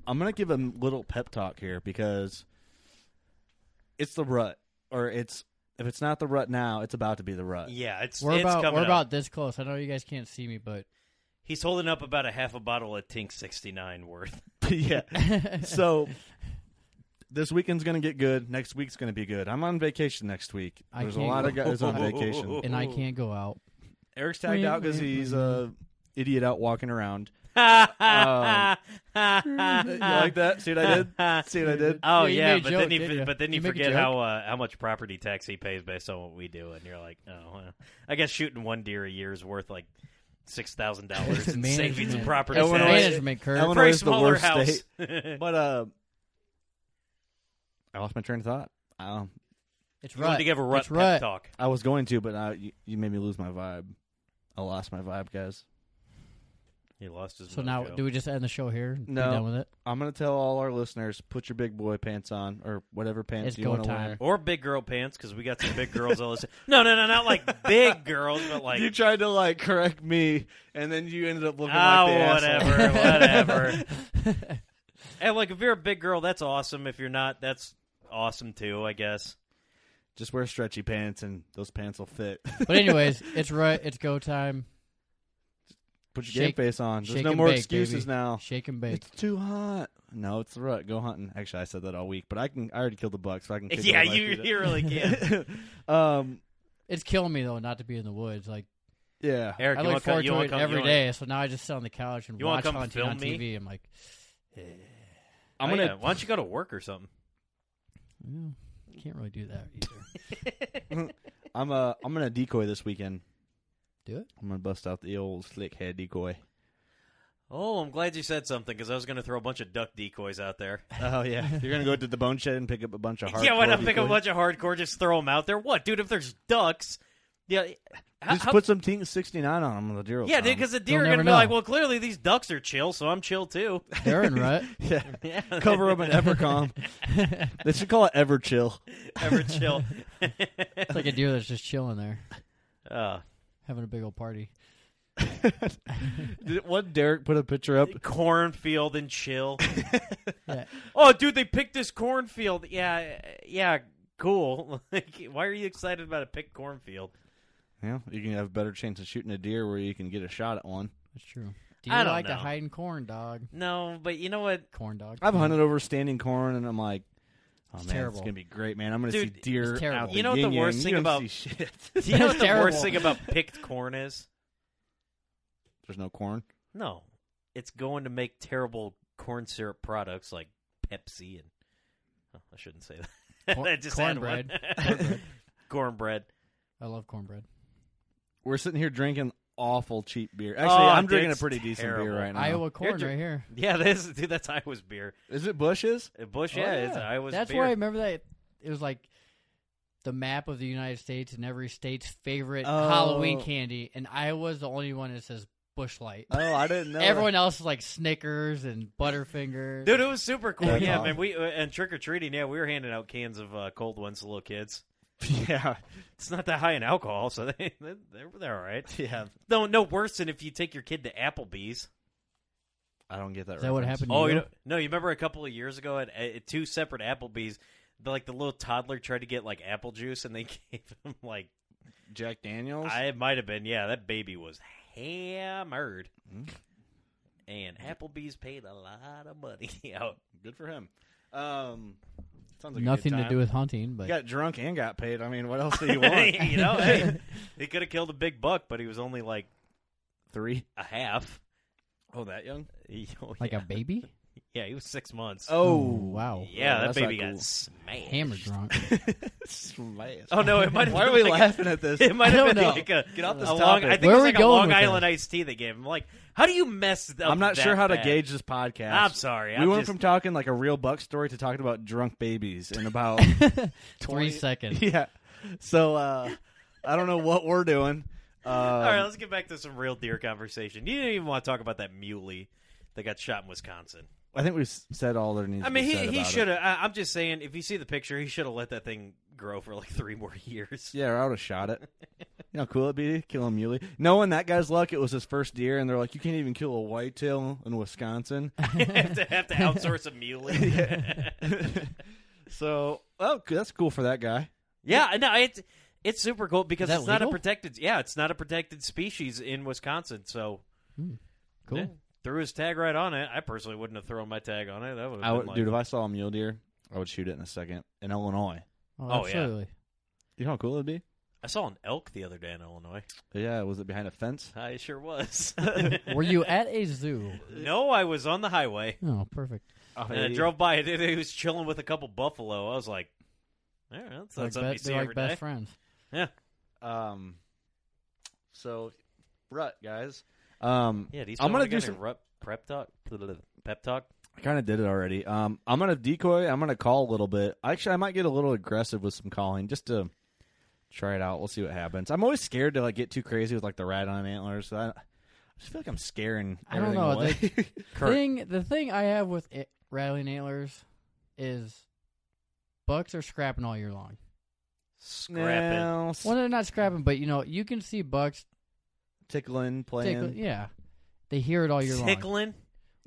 I: I'm gonna give a little pep talk here because it's the rut, or it's if it's not the rut now, it's about to be the rut.
H: Yeah, it's
J: We're
H: it's
J: about
H: coming
J: we're
H: up.
J: about this close. I know you guys can't see me, but
H: He's holding up about a half a bottle of Tink 69
J: [laughs]
H: worth.
I: [laughs] yeah. [laughs] So this weekend's gonna get good. Next week's gonna be good. I'm on vacation next week.
J: I
I: There's a
J: can't
I: lot
J: go.
I: of guys [laughs] on vacation,
J: and I can't go out.
I: Eric's tagged out because he's a idiot out walking [laughs] around. [laughs]
H: Um,
I: you like that? See what I [laughs] did? See what I did?
H: Oh yeah,
J: Yeah, you made a
H: but
J: joke,
H: then you,
J: didn't you?
H: but then you,
J: You make a
H: forget
J: joke.
H: how uh, how much property tax he pays based on what we do, and you're like, oh, well, I guess shooting one deer a year is worth like six thousand
J: [laughs]
H: dollars in savings and
J: Management.
H: property
J: Illinois-
H: tax.
J: Management curve.
I: Illinois
H: Pray
I: is the
H: smaller
I: worst
H: [laughs] house.
I: state. but uh, I lost my train of thought. Um,
J: It's
H: You wanted
J: right.
H: to give a rut
J: it's
H: pep
J: rut.
H: talk.
I: I was going to, but I, you, you made me lose my vibe. I lost my vibe, guys.
H: He lost his.
J: So now,
H: mojo.
J: do we just end the show here? and be
I: No.
J: done with it.
I: I'm gonna tell all our listeners: put your big boy pants on, or whatever pants
J: It's
I: you
J: go
I: want to
J: time.
I: wear.
H: or big girl pants because we got some big girls. [laughs] All this. No, no, no, not like big girls, but like [laughs]
I: you tried to like correct me, and then you ended up looking
H: ah,
I: like the asshole.
H: whatever,
I: [laughs]
J: [laughs]
H: whatever. and like, if you're a big girl, that's awesome. If you're not, that's awesome too. I guess.
I: Just wear stretchy pants, and those pants will fit.
J: But anyways, it's rut. It's go time.
I: [laughs] put your
J: Shake-
I: game face on. There's
J: shake
I: no
J: and
I: more
J: bake,
I: excuses
J: baby.
I: now.
J: Shake and bake.
I: It's too hot. No, it's the rut. Go hunting. Actually, I said that all week, but I can. I already killed the buck, so I
H: [laughs]
I: can. kick it
H: yeah,
I: with my
H: you
I: feet
H: you really can.
I: up. [laughs] um.
J: It's killing me though not to be in the woods. Like
I: Yeah.
H: Eric,
J: I
H: you want
J: look
H: to come?
J: forward
H: You
J: to
H: want
J: it
H: to come
J: every
H: you wanna-
J: day. So now I just sit on the couch and
H: You wanna
J: watch
H: come
J: hunting
H: film
J: on
H: me?
J: TV. I'm like,
I: I'm
H: Oh,
I: gonna.
H: yeah. Why don't you go to work or something?
J: "Mm, can't really do that
H: [laughs]
J: either.
I: I'm uh. I'm gonna decoy this weekend.
J: do it.
I: I'm gonna bust out the old slick head decoy.
H: Oh, I'm glad you said something because I was going to throw a bunch of duck decoys out [laughs] there.
I: Oh yeah. You're gonna
H: [laughs]
I: go to the bone shed and pick up a bunch of hard.
H: yeah, why not pick a bunch of hardcore? Just throw them out there. What, dude? If there's ducks, yeah, how-
I: Just
H: how-
I: put some Team 69 on them. The deer. will
H: [laughs] yeah,
I: come.
H: because the deer are
J: never
H: going to be like,
J: know.
H: well, clearly these ducks are chill, so I'm chill too. [laughs]
J: They're in rut.
I: yeah. [laughs]
H: yeah,
I: Cover up an Evercom. [laughs] they should call it Everchill.
H: ever chill.
J: It's like a deer that's just chilling there,
H: uh,
J: having a big old party.
I: Did one Derek put a picture
H: [laughs]
I: up?
H: cornfield and chill.
J: Yeah.
H: Oh, dude, they picked this cornfield. Yeah, yeah, cool. [laughs] Like, why are you excited about a picked cornfield?
I: Yeah, you can have a better chance of shooting a deer where you can get a shot at one.
J: That's true. Do
H: I
J: you
H: don't
J: like to
H: know.
J: hide in corn, dog?
H: No, but you know what?
J: Corn dog.
I: I've hunted over standing corn, and I'm like, oh
J: It's
I: man,
J: terrible.
I: it's gonna be great, man. I'm gonna
H: Dude,
I: see deer.
J: it's terrible.
I: Out
H: You know what the
I: yin-yang.
H: worst
I: You
H: thing
I: don't
H: about-
I: see shit? [laughs]
H: Do
J: [laughs]
H: you know what the
J: Terrible.
H: worst thing about picked corn is?
I: There's no corn.
H: No, it's going to make terrible corn syrup products like Pepsi and. Oh, I shouldn't say that. [laughs]
J: Cor-
H: I just had one.
J: cornbread.
H: cornbread.
J: I love cornbread.
I: We're sitting here drinking awful cheap beer. Actually,
H: Oh,
I: I'm
H: dude,
I: drinking a
H: it's
I: pretty decent beer
H: terrible.
I: right now.
J: Iowa corn
H: dr-
J: right here.
H: Yeah, this dude. That's [laughs] Iowa's beer.
I: Is it Bush's?
H: Uh, Bush,
J: Oh,
H: yeah, It's Iowa's
J: That's
H: beer.
J: why I remember that. It was like the map of the United States and every state's favorite
I: Oh.
J: Halloween candy, and Iowa's the only one that says Bush Light.
H: Uh,
I: Oh, I didn't know.
J: Everyone else is like Snickers and Butterfingers.
H: Dude, it was super cool.
I: That's
H: Yeah, man.
I: awesome.
H: We uh, and trick or treating. Yeah, we were handing out cans of uh, cold ones to little kids.
I: [laughs] yeah,
H: It's not that high in alcohol, so [laughs] they they're, they're all right.
I: yeah.
H: No, no worse than if you take your kid to Applebee's.
I: I don't get that.
J: Is that what
I: reference.
J: happened to
H: Oh,
J: you?
H: you know, no, you remember a couple of years ago at, at two separate Applebee's, the, like the little toddler tried to get like apple juice, and they [laughs] gave him like
I: Oh, Jack Daniels.
H: I it might have been yeah. That baby was hammered, and Applebee's paid a lot of money [laughs] out.
I: Good for him. Um, sounds like a good
J: Nothing to
I: time.
J: do with hunting, but
I: You got drunk and got paid. I mean, what else
H: [laughs]
I: do you want? [laughs]
H: you know, hey, he could have killed a big buck, but he was only like
I: Three.
H: a half.
I: Oh, that young?
H: Oh,
J: like
H: yeah.
J: a baby.
H: Yeah, he was six months.
I: Oh, wow.
H: Yeah,
I: Well,
H: that
I: that's not
H: baby
I: cool.
H: got smashed. [laughs]
J: Hammer drunk.
I: Smashed.
H: Oh no! It might.
I: [laughs]
H: have
I: Why
H: been
I: are we
H: like a-
I: laughing at this?
H: [laughs] It might
I: I
H: have
I: don't
H: been
I: know.
H: like a
I: Get off this
H: a long,
I: topic.
H: I think
J: Where
H: it was
J: are we
H: like a
J: going
H: Long
J: with
H: Island
J: this?
H: iced tea they gave him. Like, how do you mess up?
I: I'm not
H: that
I: sure how to
H: bad?
I: gauge this podcast.
H: I'm sorry.
I: We
H: I'm
I: went
H: just-
I: from talking like a real buck story to talking about drunk babies in
H: [laughs]
I: about 20
J: seconds.
I: Yeah. So uh, I don't know what we're doing. Um,
H: All right, let's get back to some real deer conversation. You didn't even want to talk about that muley that got shot in Wisconsin.
I: I think we've s- said all there needs.
H: I
I: to
H: mean,
I: be
H: he
I: said
H: he
I: about it.
H: should have. I'm just saying, if you see the picture, he should have let that thing grow for like three more
I: [laughs]
H: years. [laughs]
I: Yeah, or I would have shot it. You know, how cool it'd be to kill a muley. Knowing that guy's luck, it was his first deer, and they're like, you can't even kill a whitetail in
H: [laughs]
I: Wisconsin.
H: have to have to outsource a muley.
I: Yeah. so, oh, that's cool for that guy.
H: [laughs] Yeah, no, it's it's super cool because
J: Is that
H: it's not a
J: legal?
H: protected. Yeah, it's not a protected species in Wisconsin. So
J: Cool.
H: yeah, threw his tag right on it. I personally wouldn't have thrown my tag on it. That would
I: I
H: have been
I: would,
H: like,
I: dude, if I saw a mule deer, I would shoot it in a second in Illinois.
J: Oh,
H: Oh, yeah.
J: absolutely.
I: You know how cool it'd be?
H: I saw an elk the other day in Illinois.
I: Yeah, was it behind a fence?
H: I sure was. [laughs]
J: Were you at a zoo?
H: no, I was on the highway
J: Oh, perfect.
H: and I drove by. and He was chilling with a couple buffalo. I was like, all right, that's
J: They're
H: not
J: like,
H: something
J: be-
H: you see
J: they're like
H: every
J: best
H: day.
J: friends.
H: Yeah,
I: Um, so, rut guys. Um,
H: yeah. Do you
I: I'm
H: going
I: gonna
H: to
I: do some.
H: prep talk. Pep talk.
I: I kind of did it already. Um, I'm gonna decoy. I'm gonna call a little bit. Actually, I might get a little aggressive with some calling just to try it out. We'll see what happens. I'm always scared to like get too crazy with like the rat on antlers. I, I just feel like I'm scaring.
J: I don't
I: everything
J: know, [laughs]
I: away.
J: Thing, the thing I have with it, rattling antlers is bucks are scrapping all year long.
H: Scrapping.
I: No,
J: Well, they're not scrapping, but you know you can see bucks.
I: tickling, playing.
J: Tickle, yeah, they hear
I: oh,
J: it all year long.
H: Tickling.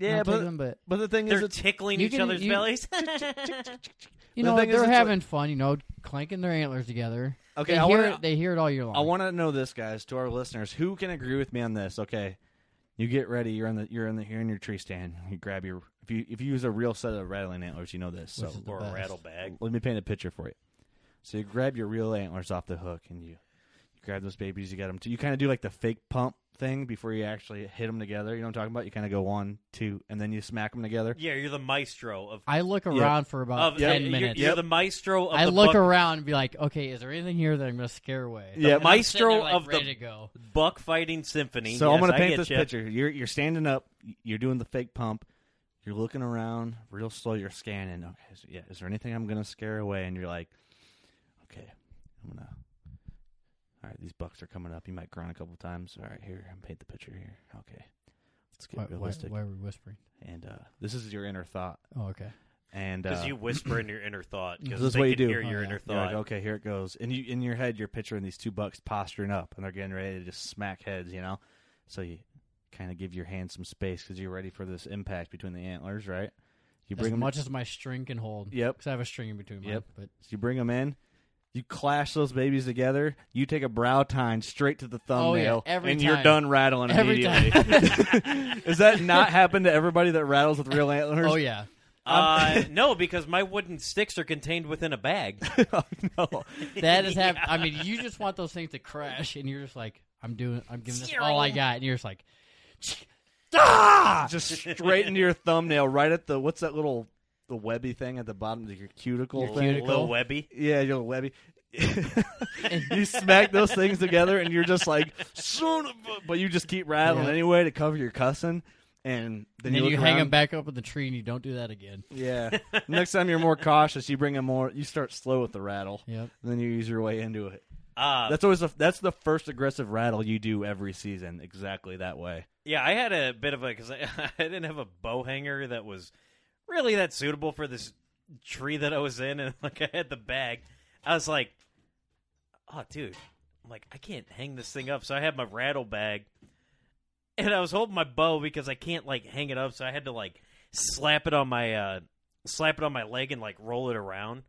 I: Yeah,
J: Not
I: but
J: tickling, but
I: but the thing is,
H: They're
I: it's
H: tickling
J: you
H: each
J: can-
H: other's
I: [laughs]
J: you-
H: bellies.
J: you
I: the
J: know
I: thing is,
J: they're
I: it's like-
J: having fun. You know, clanking their antlers together.
I: Okay,
J: they
I: I
J: hear
I: wanna-
J: it, they hear it all year long.
I: I want to know this, guys, to our listeners, who can agree with me on this? Okay, you get ready. You're on the you're in the you're in your tree stand. You grab your if you if you use a real set of rattling antlers, you know this. So
J: Which is the
H: or a
J: best.
H: rattle bag.
I: let me paint a picture for you. So you grab your real antlers off the hook, and you, you grab those babies. You got them. To, you kind of do like the fake pump thing before you actually hit them together. You know what I'm talking about? You kind of go one, two, and then you smack them together.
H: Yeah, you're the maestro of.
J: I look
I: Yep.
J: around for about
H: of
J: 10
H: you're,
J: minutes.
H: You're the maestro of
J: I
H: the
J: look
H: buck,
J: around and be like, okay, is there anything here that I'm going to scare away?
I: Yeah.
J: And I'm sitting there,
H: Maestro
J: like,
H: of the-
J: ready to go.
H: buck fighting symphony.
I: So I'm
H: going
I: gonna
H: to
I: paint this picture. You're you're standing up. You're doing the fake pump. You're looking around real slow. You're scanning. Okay, so yeah. Is there anything I'm gonna scare away? And you're like, okay, I'm gonna. All right, these bucks are coming up. You might grunt a couple times. All right, here I'm paint the picture here. Okay, let's get
J: Why, why,
I: realistic.
J: why are we whispering?
I: And uh, this is your inner thought.
J: Oh, okay.
I: And
H: Because
I: uh,
H: you whisper in your inner thought. Because
I: This is
H: they
I: what you
H: can
I: do.
H: Hear
J: Oh,
H: your
J: yeah.
H: inner
I: You're like,
H: thought.
I: okay, here it goes. And you in your head, you're picturing these two bucks posturing up, and they're getting ready to just smack heads, you know. So you kind of give your hand some space because you're ready for this impact between the antlers, right? You
J: As
I: bring them.
J: much as my string can hold.
I: Yep.
J: Because I have a string in between mine.
I: Yep. [laughs]
J: But
I: so you bring them in. You clash those babies together. You take a brow tine straight to the thumbnail,
J: Oh, yeah, every
I: and
J: time.
I: you're done rattling
J: Every
I: immediately. [laughs] Does that not happen to everybody that rattles with
J: [laughs]
I: real antlers?
J: Oh, yeah.
H: Uh, no, because my wooden sticks are contained within
I: [laughs]
H: a bag.
I: Oh, no.
J: That is hap- I mean, you just want those things to crash, and you're just like, I'm doing, I'm giving this all I got. And you're just like,
I: [laughs] just straight into your thumbnail, right at the what's that little the webby thing at the bottom of your cuticle
J: Your
I: thing?
J: cuticle.
H: Little Webby.
I: Yeah, your little webby. [laughs] you smack those things together, and you're just like, son of a-" but you just keep rattling
J: Yeah.
I: anyway to cover your cussing, and then
J: and then
I: you,
J: you,
I: look
J: hang
I: around.
J: them back up in the tree, and you don't do that again. [laughs]
I: Yeah. Next time you're more cautious, you bring them more. You start slow with the rattle,
J: Yep.
I: and then you ease your way into it.
H: Uh,
I: That's always the, that's the first aggressive rattle you do every season, exactly that way.
H: yeah, I had a bit of a because [laughs] I, I didn't have a bow hanger that was really that suitable for this tree that I was in, and [laughs] like I had the bag, I was like, "Oh, dude, I'm like I can't hang this thing up," so I had my rattle bag, and I was holding my bow because I can't like hang it up, so I had to like slap it on my uh slap it on my leg and like roll it around,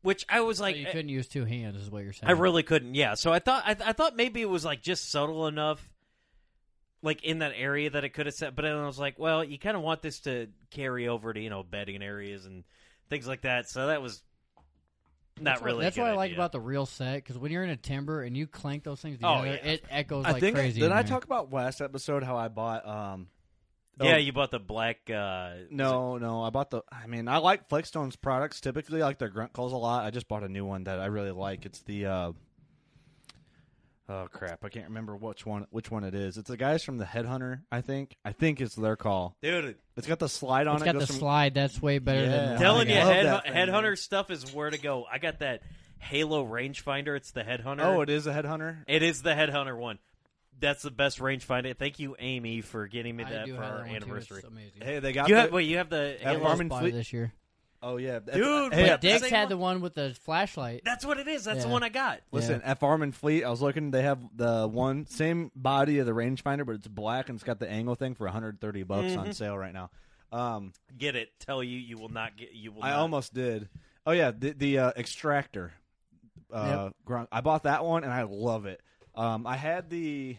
H: which I was like, eh,
J: so you couldn't use two hands, is what you're saying.
H: I really couldn't. Yeah. So I thought I, th- I thought maybe it was like just subtle enough, like in that area that it could have set. But then I was like, well, you kind of want this to carry over to you know bedding areas and things like that. So that was not
J: That's what-
H: really. a
J: That's
H: good
J: what I like
H: idea.
J: about the real set because when you're in a timber and you clank those things
H: Oh,
J: together,
H: yeah.
J: it echoes like
I: I think
J: crazy.
I: did
J: in
I: I
J: there.
I: talk about last episode how I bought um
H: Yeah,
I: oh,
H: you bought the black. Uh,
I: No, no. I bought the. I mean, I like Flexstone's products typically. I like their grunt calls a lot. I just bought a new one that I really like. It's the. Uh, oh crap! I can't remember which one. Which one it is? It's the guys from the Headhunter. I think. I think it's their call.
H: Dude.
I: it's got the slide on
J: It's
I: it.
J: got
I: goes
J: the
I: from-
J: slide. That's way better than
I: Yeah.
J: mine.
H: telling you,
I: I love
H: head,
I: that thing.
H: headhunter stuff is where to go. I got that Halo rangefinder. It's the headhunter.
I: Oh, it is a Headhunter.
H: It is the headhunter one. That's the best rangefinder. Thank you, Amy, for getting me
J: I
H: that
J: do
H: for
J: have that
H: our
J: one, too. It's
H: anniversary.
J: amazing.
I: Hey, they got
H: you
I: the-
H: have. Wait, you have the
I: at
H: Halo.
I: Harmon
J: Spy
I: Fleet-
J: this year.
I: Oh yeah, That's-
H: Dude,
I: Hey,
H: but
I: at-
J: Diggs
H: Same
J: had
H: one?
J: the one with the flashlight.
H: That's what it is. That's the
J: Yeah.
H: one I got.
I: Listen, F Armin Fleet, I was looking, they have the one same body of the rangefinder, but it's black and it's got the angle thing for 130 bucks on
H: Mhm.
I: sale right now. Um,
H: Get it? Tell you, you will not get. You will.
I: I
H: not.
I: almost did. Oh yeah, the the uh, extractor. Uh, grunt. I bought that one and I love it. Um, I had the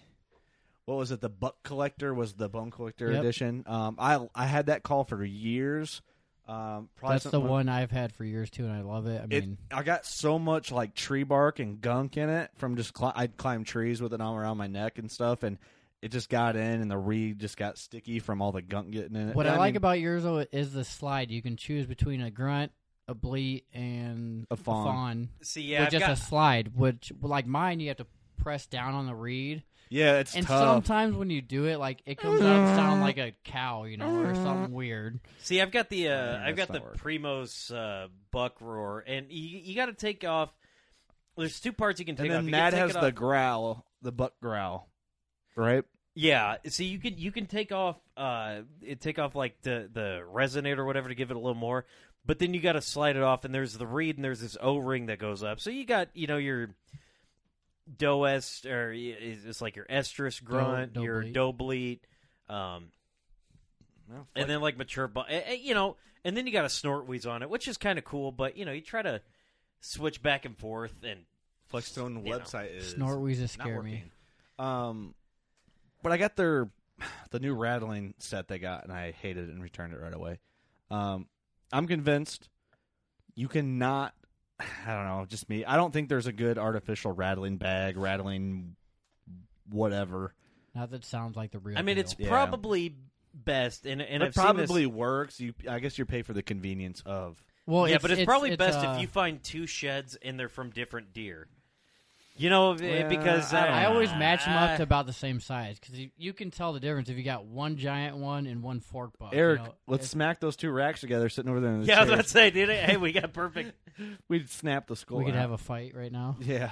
I: what was it? The buck collector was the bone collector
J: Yep.
I: edition. Um, I I had that call for years. Um, probably
J: That's the
I: something-
J: one I've had for years too, and I love it. I
I: it,
J: mean,
I: I got so much like tree bark and gunk in it from just cli- I'd climb trees with it all around my neck and stuff, and it just got in, and the reed just got sticky from all the gunk getting in it.
J: what
I: But
J: I, like
I: mean,
J: about yours though is the slide. You can choose between a grunt, a bleat, and
I: A fawn.
H: See, yeah,
J: with
H: I've
J: just
H: got-
J: a slide. Which, like mine, you have to press down on the reed.
I: yeah, it's
J: and
I: tough.
J: sometimes when you do it, like it comes out sound like a cow, you know, or something weird.
H: See, I've got the uh,
I: Yeah,
H: I've
I: that's
H: got the
I: not working.
H: Primo's uh, buck roar, and you, you got to take off. There's two parts you can take
I: and
H: off.
I: then
H: You can
I: Matt
H: take
I: has
H: it
I: the
H: off-
I: growl, the buck growl, right?
H: yeah. See, you can you can take off uh, it- take off like the the resonator or whatever to give it a little more, but then you got to slide it off, and there's the reed, and there's this O ring that goes up. So you got you know your doe est or y- it's like your estrus grunt,
J: doe
H: your
J: bleat.
H: doe bleat, um, and then like mature, bu- eh, eh, you know, and then you got a snort wheeze on it, which is kind of cool. But you know, you try to switch back and forth, and
I: Flexstone
H: You know.
I: website is
J: Snort wheezes
I: not
J: scare me.
I: working. Um, but I got their [sighs] the new rattling set they got, and I hated it and returned it right away. Um, I'm convinced you cannot. [sighs] I don't know, just me. I don't think there's a good artificial rattling bag, rattling whatever.
J: Not that it sounds like the real.
H: I mean,
J: deal.
H: it's
I: Yeah.
H: probably best, and and
I: it
H: I've
I: probably
H: seen
I: works. You, I guess you pay for the convenience of.
J: well,
H: this, yeah, but it's, probably best
J: uh,
H: if you find two sheds and they're from different deer. You know, if- eh,
I: Well,
H: because
I: I
H: I,
I: don't
H: don't
J: I
H: know.
J: always match them up
H: I-
J: to about the same size because you, you can tell the difference if you got one giant one and one fork buck. you
I: Eric,
J: know.
I: let's smack those two racks together sitting over there in the
H: [laughs] Yeah, I was
I: chairs.
H: about to say, dude. Hey, we got perfect. [laughs]
I: We'd snap the skull.
J: we could
I: out.
J: have a fight right now.
I: [laughs] Yeah.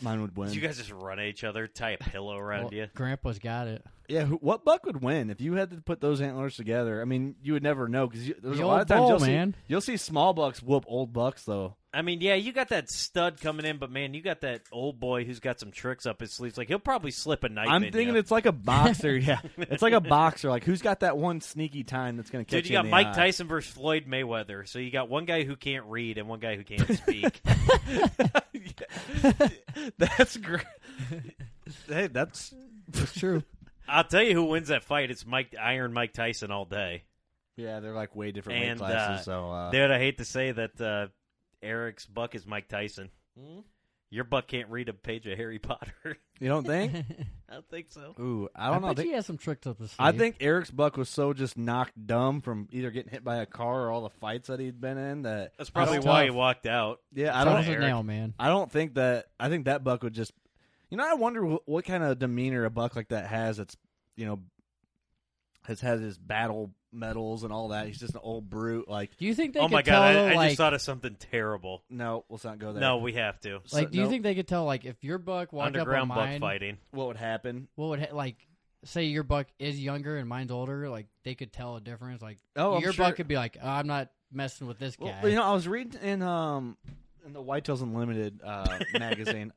I: Mine would win.
H: you guys just run at each other, tie a pillow around
J: Well,
H: you.
J: Grandpa's got it. [laughs]
I: Yeah, who, what buck would win if you had to put those antlers together? I mean, you would never know because there's
J: The
I: a lot
J: old
I: of times
J: bull,
I: you'll
J: man.
I: see you'll see small bucks whoop old bucks though.
H: I mean, yeah, you got that stud coming in, but man, you got that old boy who's got some tricks up his sleeves. Like he'll probably slip a knife.
I: I'm
H: in
I: thinking
H: ya.
I: it's like a boxer. yeah, it's like a boxer. Like who's got that one sneaky time that's going to catch
H: Dude, you
I: you
H: got
I: in the
H: Mike
I: eye?
H: Tyson versus Floyd Mayweather. So you got one guy who can't read and one guy who can't
J: [laughs]
H: speak.
I: [laughs] that's great. hey, that's
J: It's true.
H: I'll tell you who wins that fight. It's Mike Iron Mike Tyson all day.
I: [laughs] yeah. They're like way different
H: And,
I: weight classes.
H: uh,
I: so uh,
H: Dude, I hate to say that uh, Eric's buck is Mike Tyson.
I: Hmm?
H: Your buck can't read a page of Harry Potter. [laughs]
I: you don't think?
H: I don't think so.
I: Ooh, I don't know. I
J: bet
I: think-
J: he has some tricks up his sleeve.
I: I think Eric's buck was so just knocked dumb from either getting hit by a car or all the fights that he'd been in that
H: That's probably
J: That's
H: why
J: tough.
H: he walked out.
I: yeah, I
J: I
I: don't
J: don't nail, man.
I: I don't think that. I think that buck would just. You know, I wonder wh- what kind of demeanor a buck like that has. That's you know, has had his battle medals and all that. He's just an old brute. Like,
J: Do you think they
H: Oh
J: could
H: my
J: tell,
H: god, I, I
J: like,
H: just thought of something terrible.
I: no, let's not go there.
H: No, we have to.
I: So-
J: like, do you
I: no.
J: think they could tell, like, if your buck walked up on
H: Underground buck
J: mine,
H: fighting.
I: what would happen?
J: what would ha- like say your buck is younger and mine's older like they could tell a difference like
I: Oh, I'm
J: your
I: sure-
J: buck could be like oh, i'm not messing with this
I: Well,
J: guy
I: you know, I was reading in um in the Whitetails Unlimited
H: [laughs]
I: uh, magazine.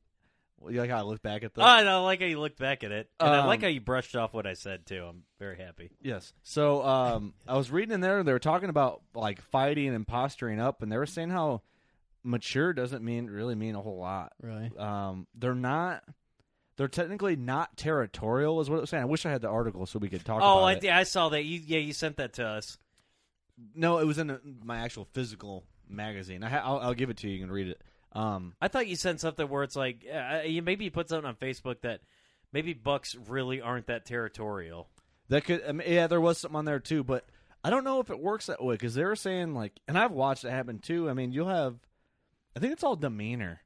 I: Well, you like how I look back at the
H: oh, and I like how you looked back at it, and I
I: Um,
H: like how you brushed off what I said too. I'm very happy.
I: Yes. So um, I was reading in there, they were talking about like fighting and posturing up, and they were saying how mature doesn't mean really mean a whole lot.
J: really
I: Um, they're not. They're technically not territorial, is what it was saying. I wish I had the article so we could talk.
H: Oh,
I: about
H: I,
I: it.
H: yeah, I saw that. You, yeah, you sent that to us.
I: No, it was in a, my actual physical magazine. I ha- I'll, I'll give it to you. You can read it. Um,
H: I thought you sent something where it's like uh, you maybe you put something on Facebook that maybe Bucks really aren't that territorial.
I: That could, I mean, yeah, there was something on there too, but I don't know if it works that way because they were saying like, and I've watched it happen too. I mean, you'll have, I think it's all demeanor.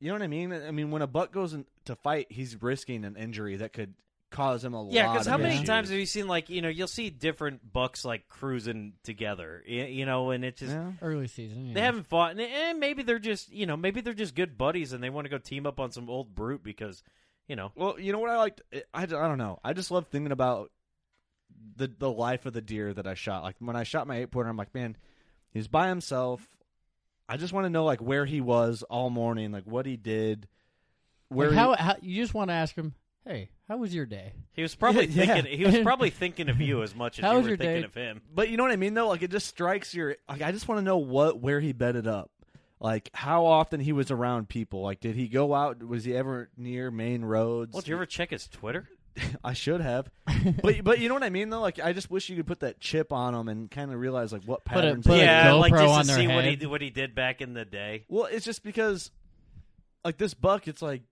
I: You know what I mean? I mean, when a buck goes in to fight, he's risking an injury that could cause him a
H: Yeah,
I: lot.
H: because how
I: of
H: many
I: issues.
H: times have you seen like you know you'll see different bucks like cruising together, y- you know, and it's just
J: Early season.
H: they
J: yeah.
H: haven't fought, and, and maybe they're just you know maybe they're just good buddies and they want to go team up on some old brute because you know
I: Well, you know what I liked? I, I don't know. I just love thinking about the the life of the deer that I shot. Like when I shot my eight pointer, I'm like, man, he was by himself. I just want to know like where he was all morning, like what he did. Where
J: Like,
I: he-
J: how, how you just want to ask him, hey, how was your day?
I: [laughs]
H: he was probably
I: Yeah, yeah.
H: thinking
I: [laughs]
H: he was probably thinking of you as much as
J: How
H: you
J: was
H: were
J: your
H: thinking
J: day?
H: of him.
I: But you know what I mean though? Like it just strikes your like I just want to know what where he bedded up. Like how often he was around people. Like did he go out was he ever near main roads?
H: Well, did you ever check his Twitter?
I: I should
H: [laughs]
I: have. but but you know what I mean though? Like I just wish you could put that chip on him and kind of realize like what
J: Put a-
I: patterns
J: put a
I: they-
H: yeah, like
J: GoPro
H: just
J: on
H: to
J: their
H: see what
J: head.
H: he what he did back in the day.
I: Well, it's just because, like this buck, it's like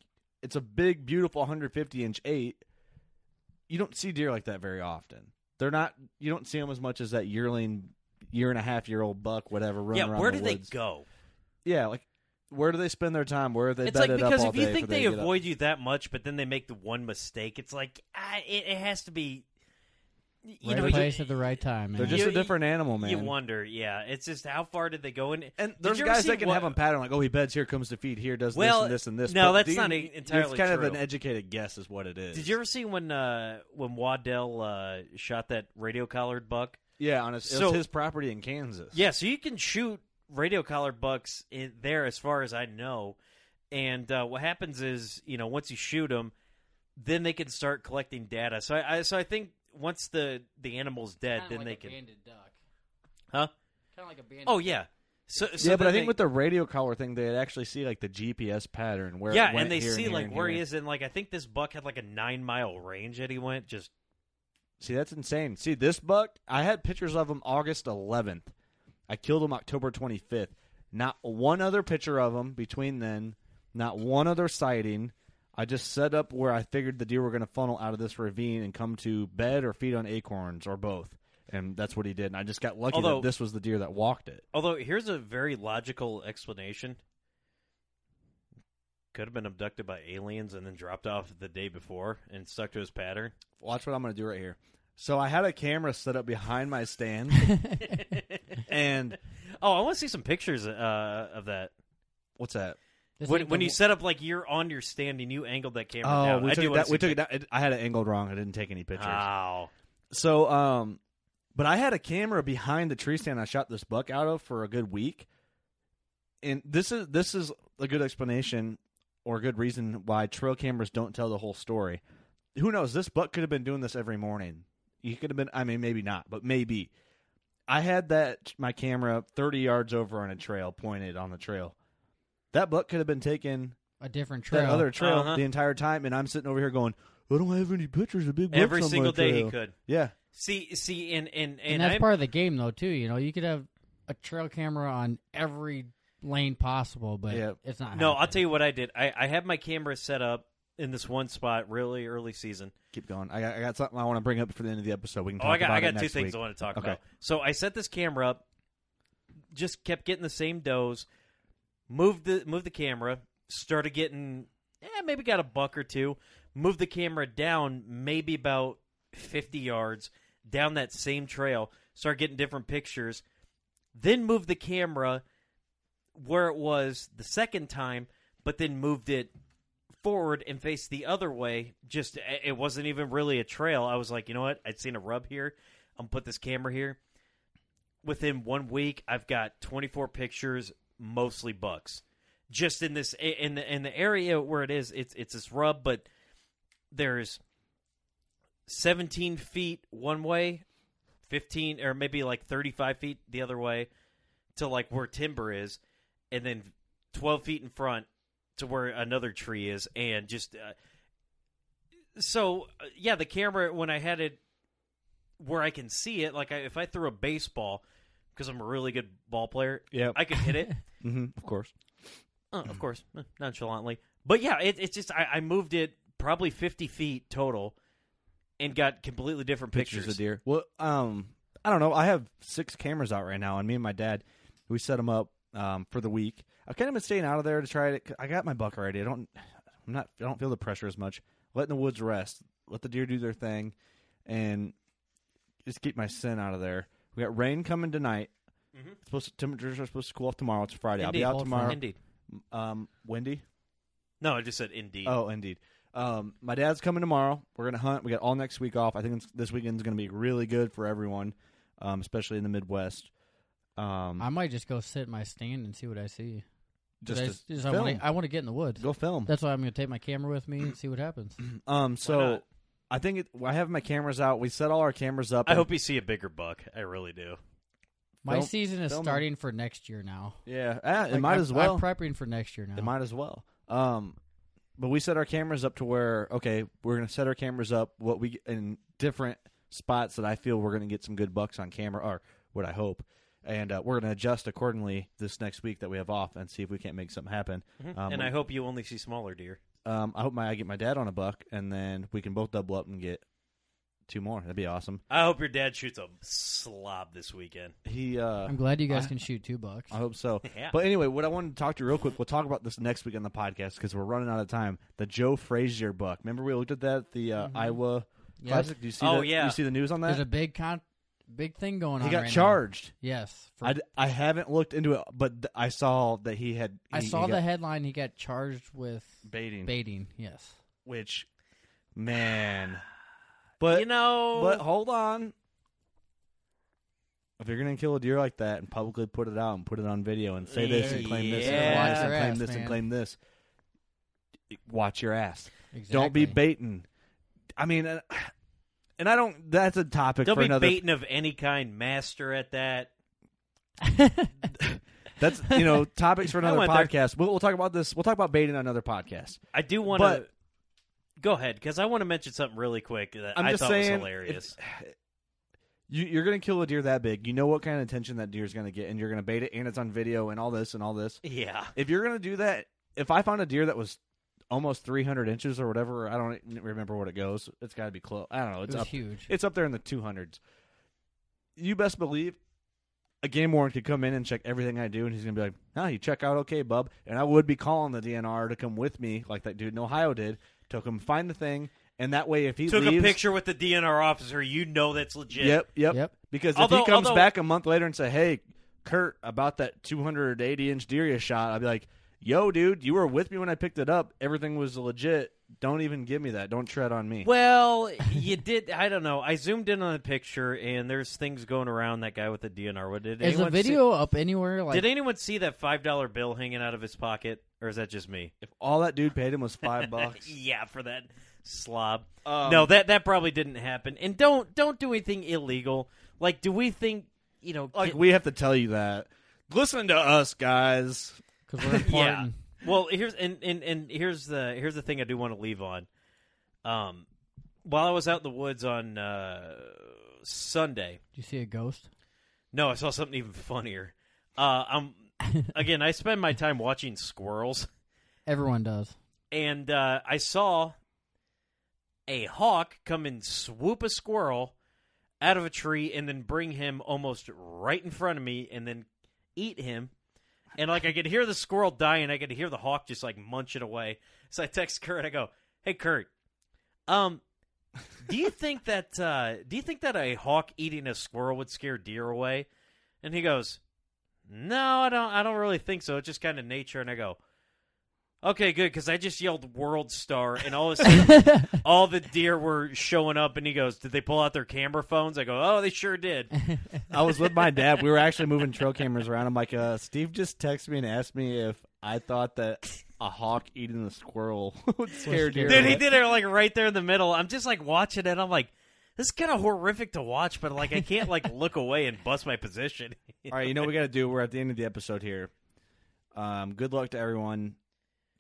I: it's a big, beautiful 150 inch eight. You don't see deer like that very often. They're not. You don't see them as much as that yearling, year and a half year old buck, whatever. Running
H: yeah,
I: around
H: where
I: the
H: do they
I: woods.
H: go?
I: Yeah, like where do they spend their time? Where are they?
H: it's like
I: bedded
H: because
I: up all
H: if you
I: day
H: think
I: for
H: they
I: to get up?
H: avoid you that much, but then they make the one mistake, it's like ah, it, it has to be. You
J: Right
H: know, you-
J: place at the right time. Man.
I: they're just
H: you-
I: a different animal, man.
H: You wonder, yeah. It's just how far did they go in?
I: and
H: Did
I: there's
H: you ever
I: guys
H: see
I: that can
H: what-
I: have them pattern like, oh, he beds here, comes to feed here, does
H: Well,
I: this and this and this.
H: no,
I: But
H: that's
I: do
H: not en- entirely
I: It's kind
H: true.
I: of an educated guess, is what it is.
H: Did you ever see when uh, when Waddell uh, shot that radio collared buck?
I: Yeah, on his,
H: So-
I: it's his property in Kansas.
H: Yeah, so you can shoot radio collar bucks in there, as far as I know. And uh, what happens is, you know, once you shoot them, then they can start collecting data. So I, I so I think once the the animal's dead,
J: Kinda
H: then
J: like
H: they can,
J: a banded duck.
H: huh?
J: Kind of like a banded.
H: Oh yeah. So, so
I: yeah, but
H: then
I: I think
H: they-
I: with the radio collar thing, they actually see like the GPS pattern where it
H: yeah,
I: went
H: and they
I: here
H: see
I: here
H: like
I: and
H: where
I: here.
H: he is, and like I think this buck had like a nine mile range that he went. Just
I: See, that's insane. See this buck? I had pictures of him August 11th. I killed him October 25th. Not one other picture of him between then. Not one other sighting. I just set up where I figured the deer were going to funnel out of this ravine and come to bed or feed on acorns or both. And that's what he did. And I just got lucky
H: Although-
I: that this was the deer that walked it.
H: although here's a very logical explanation. Could have been abducted by aliens and then dropped off the day before and stuck to his pattern.
I: Watch what I'm going to do right here. So I had a camera set up behind my
H: [laughs]
I: stand, and
H: Oh, I want to see some pictures uh, of that.
I: what's that?
J: This
H: When,
J: ain't
H: when
J: the
H: you
J: one-
H: set up like you're on your stand and you angled that camera
I: oh,
H: down.
I: we
H: I
I: took
H: do
I: it
H: wanna
I: down. We
H: see
I: took it down. It- I had it angled wrong. I didn't take any pictures.
H: Wow.
I: So, um, but I had a camera behind the tree stand I shot this buck out of for a good week, and this is this is a good explanation or a good reason why trail cameras don't tell the whole story. Who knows? This buck could have been doing this every morning. He could have been. I mean, maybe not, but maybe. I had that my camera thirty yards over on a trail, pointed on the trail. That buck could have been taken
J: a different trail.
I: that other trail
H: Uh-huh.
I: the entire time, and I'm sitting over here going, I don't have any pictures of big bucks
H: Every
I: on my
H: single day he
I: trail."
H: could.
I: Yeah,
H: See, see, and and
J: and,
H: and,
J: that's
H: I'm-
J: part of the game, though, too. You know, you could have a trail camera on every lane possible, but
I: Yeah.
J: it's not.
H: No,
J: happening.
H: I'll tell you what I did. I, I had my camera set up in this one spot really early season.
I: keep going. I got, I got something I want to bring up for the end of the episode. We can talk
H: Oh, I got
I: about
H: I
I: it
H: got two
I: next
H: things
I: week.
H: I want to talk
I: Okay.
H: about. So I set this camera up, just kept getting the same does, moved the moved the camera, started getting eh, maybe got a buck or two, moved the camera down maybe about fifty yards down that same trail, started getting different pictures, then moved the camera where it was the second time, but then moved it forward and faced the other way. Just it wasn't even really a trail. I was like, you know what? I'd seen a rub here. I'm put this camera here. Within one week, I've got 24 pictures, mostly bucks. Just in this in the in the area where it is, it's it's this rub, but there's 17 feet one way, 15 or maybe like 35 feet the other way to like where timber is, and then 12 feet in front to where another tree is, and just uh, so uh, yeah, the camera when I had it where I can see it, like I, if I threw a baseball because I'm a really good ball player,
I: Yep.
H: I could hit it.
I: hmm of course.
H: Uh,
I: Mm.
H: of course, eh, nonchalantly. But yeah, it, it's just I, I moved it probably 50 feet total, and got completely different pictures,
I: of deer. Well, um, I don't know. I have six cameras out right now, and me and my dad, we set them up um, for the week. I've kind of been staying out of there to try it. I got my buck already. I don't, I'm not, I don't feel the pressure as much. Letting the woods rest, let the deer do their thing, and just keep my sin out of there. We got rain coming tonight.
H: Mhm.
I: Supposed to, temperatures are supposed to cool off tomorrow. It's Friday.
H: Indeed.
I: I'll be out
H: Cold
I: tomorrow.
H: front. Indeed.
I: Um, windy.
H: No, I just said indeed.
I: Oh, indeed. Um, my dad's coming tomorrow. We're gonna hunt. We got all next week off. I think it's, this weekend's gonna be really good for everyone, um, especially in the Midwest. Um,
J: I might just go sit in my stand and see what I see.
I: Just
J: I,
I: to
J: just- I wanna-
I: film.
J: I want to get in the woods. Go
I: film.
J: That's why I'm going to take my camera with me and see
I: [clears throat]
J: what happens.
I: um, so I think it, I have my cameras out. We set all our cameras up.
H: I hope you see a bigger buck. I really do.
J: My
I: Film-
J: season is
I: film it.
J: starting for next year now.
I: Yeah, ah, it
J: Like,
I: might
J: I'm-
I: as well.
J: I'm prepping for next year now.
I: It might as well. Um, but we set our cameras up to where okay, we're gonna set our cameras up what we in different spots that I feel we're gonna get some good bucks on camera, or what I hope, and uh, we're gonna adjust accordingly this next week that we have off and see if we can't make something happen.
H: Mhm.
I: Um,
H: and I hope you only see smaller deer.
I: um, I hope my I get my dad on a buck, and then we can both double up and get two more. That'd be awesome.
H: I hope your dad shoots a slob this weekend.
I: He. Uh,
J: I'm glad you guys
I: I-
J: can shoot two bucks.
I: I hope so.
H: Yeah.
I: But anyway, what I wanted to talk to you real quick, we'll talk about this next week on the podcast because we're running out of time. The Joe Frazier buck. Remember we looked at that at the uh, Iowa
J: Yeah.
I: Classic. Do you see?
J: Oh,
I: the,
J: yeah.
I: You see the news on that?
J: Mm-hmm. There's a big con- big thing going on.
I: he got
J: right now.
I: charged.
J: Yes, for-
I: I, d- I haven't looked into it, but th- I saw that he had.
J: I
I: he- he
J: saw the
I: got-
J: headline. He got charged with
I: Baiting.
J: Baiting. Yes.
I: which, man. But
H: you know,
I: but hold on. If you're gonna kill a deer like that and publicly put it out and put it on video and say this and claim this and claim this
H: Yeah.
I: and
H: Watch your
I: claim
H: ass,
I: this and
H: man.
I: claim this, watch your ass. Don't
H: Exactly.
I: be baiting. I mean, uh, and I don't. That's a topic
H: don't
I: for
H: be
I: another.
H: baiting of any kind. Master at that.
I: That's you
H: [laughs]
I: know topics for
H: I
I: another
H: went there.
I: podcast. We'll, we'll talk about this. We'll talk about baiting on another podcast.
H: I do want to
I: But-
H: go ahead because I want to mention something really quick that
I: I'm
H: I
I: just
H: thought
I: saying, [sighs]
H: was hilarious.
I: You, you're going to kill a deer that big. You know what kind of attention that deer's going to get, and you're going to bait it, and it's on video, and all this, and all this.
H: Yeah.
I: If you're going to do that, if I found a deer that was almost 300 inches or whatever, I don't even remember what it goes. It's got to be close. I don't know. It's
J: was
I: up,
J: huge.
I: It's up there in the 200s. You best believe a game warden could come in and check everything I do, and he's going to be like, "Nah, you check out okay, bub." And I would be calling the DNR to come with me, like that dude in Ohio did, to come find the thing. And that way, if he
H: Took a
I: leaves,
H: picture with the DNR officer. You know that's legit.
I: Yep, yep. Because if
H: Although-
I: he comes
H: although-
I: back a month later and say, "Hey, Kurt, about that 280 inch deer you shot," I'd be like, "Yo, dude, you were with me when I picked it up. Everything was legit. Don't even give me that. Don't tread on me."
H: Well, you did. I don't know. I zoomed in on the picture, and there's things going around that guy with the DNR. What did
J: Is the
H: anyone see-
J: video up anywhere? Like,
H: did anyone see that five dollar bill hanging out of his pocket, or is that just me?
I: If all that dude paid him was five
H: [laughs]
I: bucks,
H: yeah, for that slob.
I: Um,
H: no, that that probably didn't happen. And don't don't do anything illegal. Like, do we think you know?
I: like
H: ki-
I: we have to tell you that. Listen to us, guys.
J: Because
H: [laughs]
J: we're
H: yeah. Well, here's and, and and here's the here's the thing I do want to leave on. Um, while I was out in the woods on uh, Sunday,
J: do you see a ghost?
H: No, I saw something even funnier. Uh, I'm again. I spend my time watching squirrels,
J: Everyone does.
H: and uh, I saw a hawk come and swoop a squirrel out of a tree, and then bring him almost right in front of me, and then eat him. And like I could hear the squirrel dying, I could hear the hawk just like munch it away. So I text Kurt. I go, "Hey, Kurt, um, do you think that uh, do you think that a hawk eating a squirrel would scare deer away? And he goes, No, I don't. I don't really think so. It's just kind of nature. And I go, Okay, good, because I just yelled "World Star," and all of a sudden, all the deer were showing up. And he goes, "Did they pull out their camera phones?" I go, "Oh, they sure did."
I: I was with my dad. We were actually moving trail cameras around. I'm like, uh, Steve just texted me and asked me if I thought that a hawk eating a squirrel [laughs] would scare deer.
H: Dude, he
I: away.
H: did it like right there in the middle. I'm just like watching it. I'm like, this is kind of horrific to watch, but like I can't like look away and bust my position. [laughs]
I: All right, you know what we got to do. We're at the end of the episode here. Um, good luck to everyone.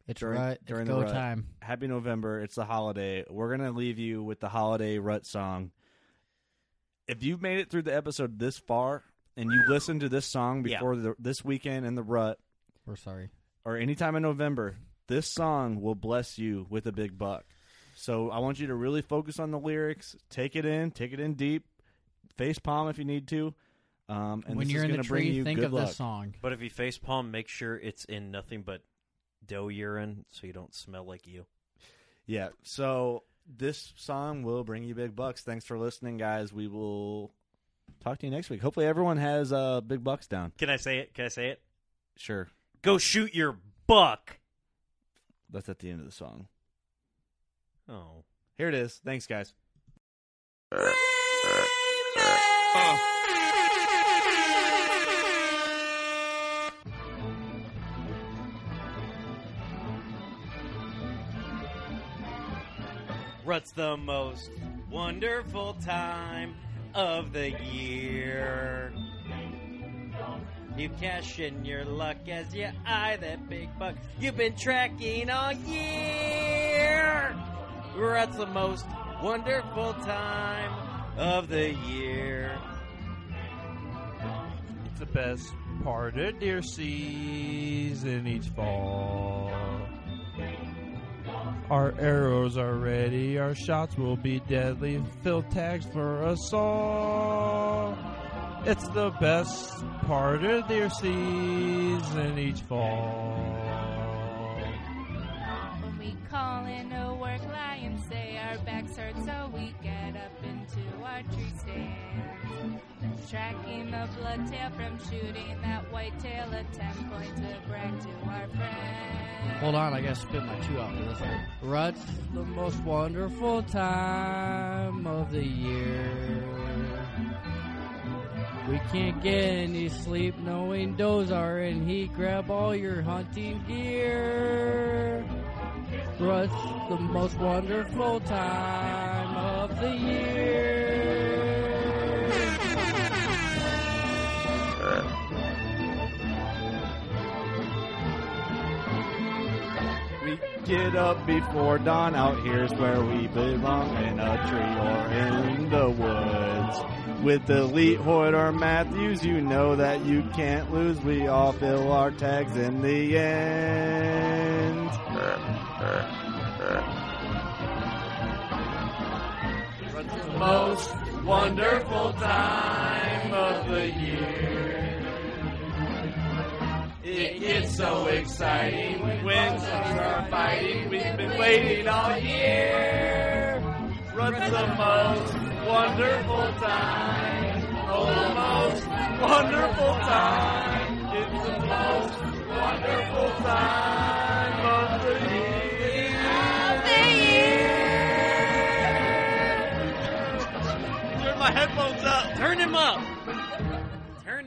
J: It's
I: during,
J: rut. It's
I: during the
J: go
I: rut.
J: time.
I: Happy November. It's the holiday. We're gonna leave you with the holiday rut song. If you've made it through the episode this far and you listen to this song
J: Yeah.
I: before the, this weekend in the rut
J: We're sorry.
I: or anytime in November, this song will bless you with a big buck. So I want you to really focus on the lyrics, take it in, take it in deep, face palm if you need to. Um, and
J: When
I: this is
J: you're in the
I: going to bring
J: tree,
I: you
J: think
I: good
J: of
I: luck.
J: this song.
K: But if you face palm, make sure it's in nothing but doe urine, so you don't smell like you.
I: Yeah. So this song will bring you big bucks. Thanks for listening, guys. We will talk to you next week. Hopefully, everyone has uh, big bucks down.
K: Can I say it? Can I say it?
I: Sure.
K: Go shoot your buck.
I: That's at the end of the song.
K: Oh.
I: Here it is. Thanks, guys.
K: Rut's the most wonderful time of the year. You cash in your luck as you eye that big buck you've been tracking all year. Rut's the most wonderful time of the year.
H: It's the best part of deer season each fall. Our arrows are ready, our shots will be deadly. Fill tags for us all. It's the best part of deer season each fall.
L: When we call in a work lion, say our backs hurt, so we get up into our tree stand. Tracking the bloodtail from shooting that whitetail, a ten point to brag to our friend.
J: Hold on, I gotta spit my chew out for this one. Rut's the most wonderful time of the year. We can't get any sleep knowing does are in heat. Grab all your hunting gear. Rut's the most wonderful time of the year.
I: We get up before dawn. Out here's where we belong in a tree or in the woods. With Elite Hoyt or Matthews, you know that you can't lose. We all fill our tags in the end.
H: most wonderful time of the year. It gets so exciting when monsters are fighting. We've been waiting all year. What's the most wonderful time? Oh, the most wonderful time. It's the most wonderful time of the year.
K: Turn my headphones up. Turn them up. Turn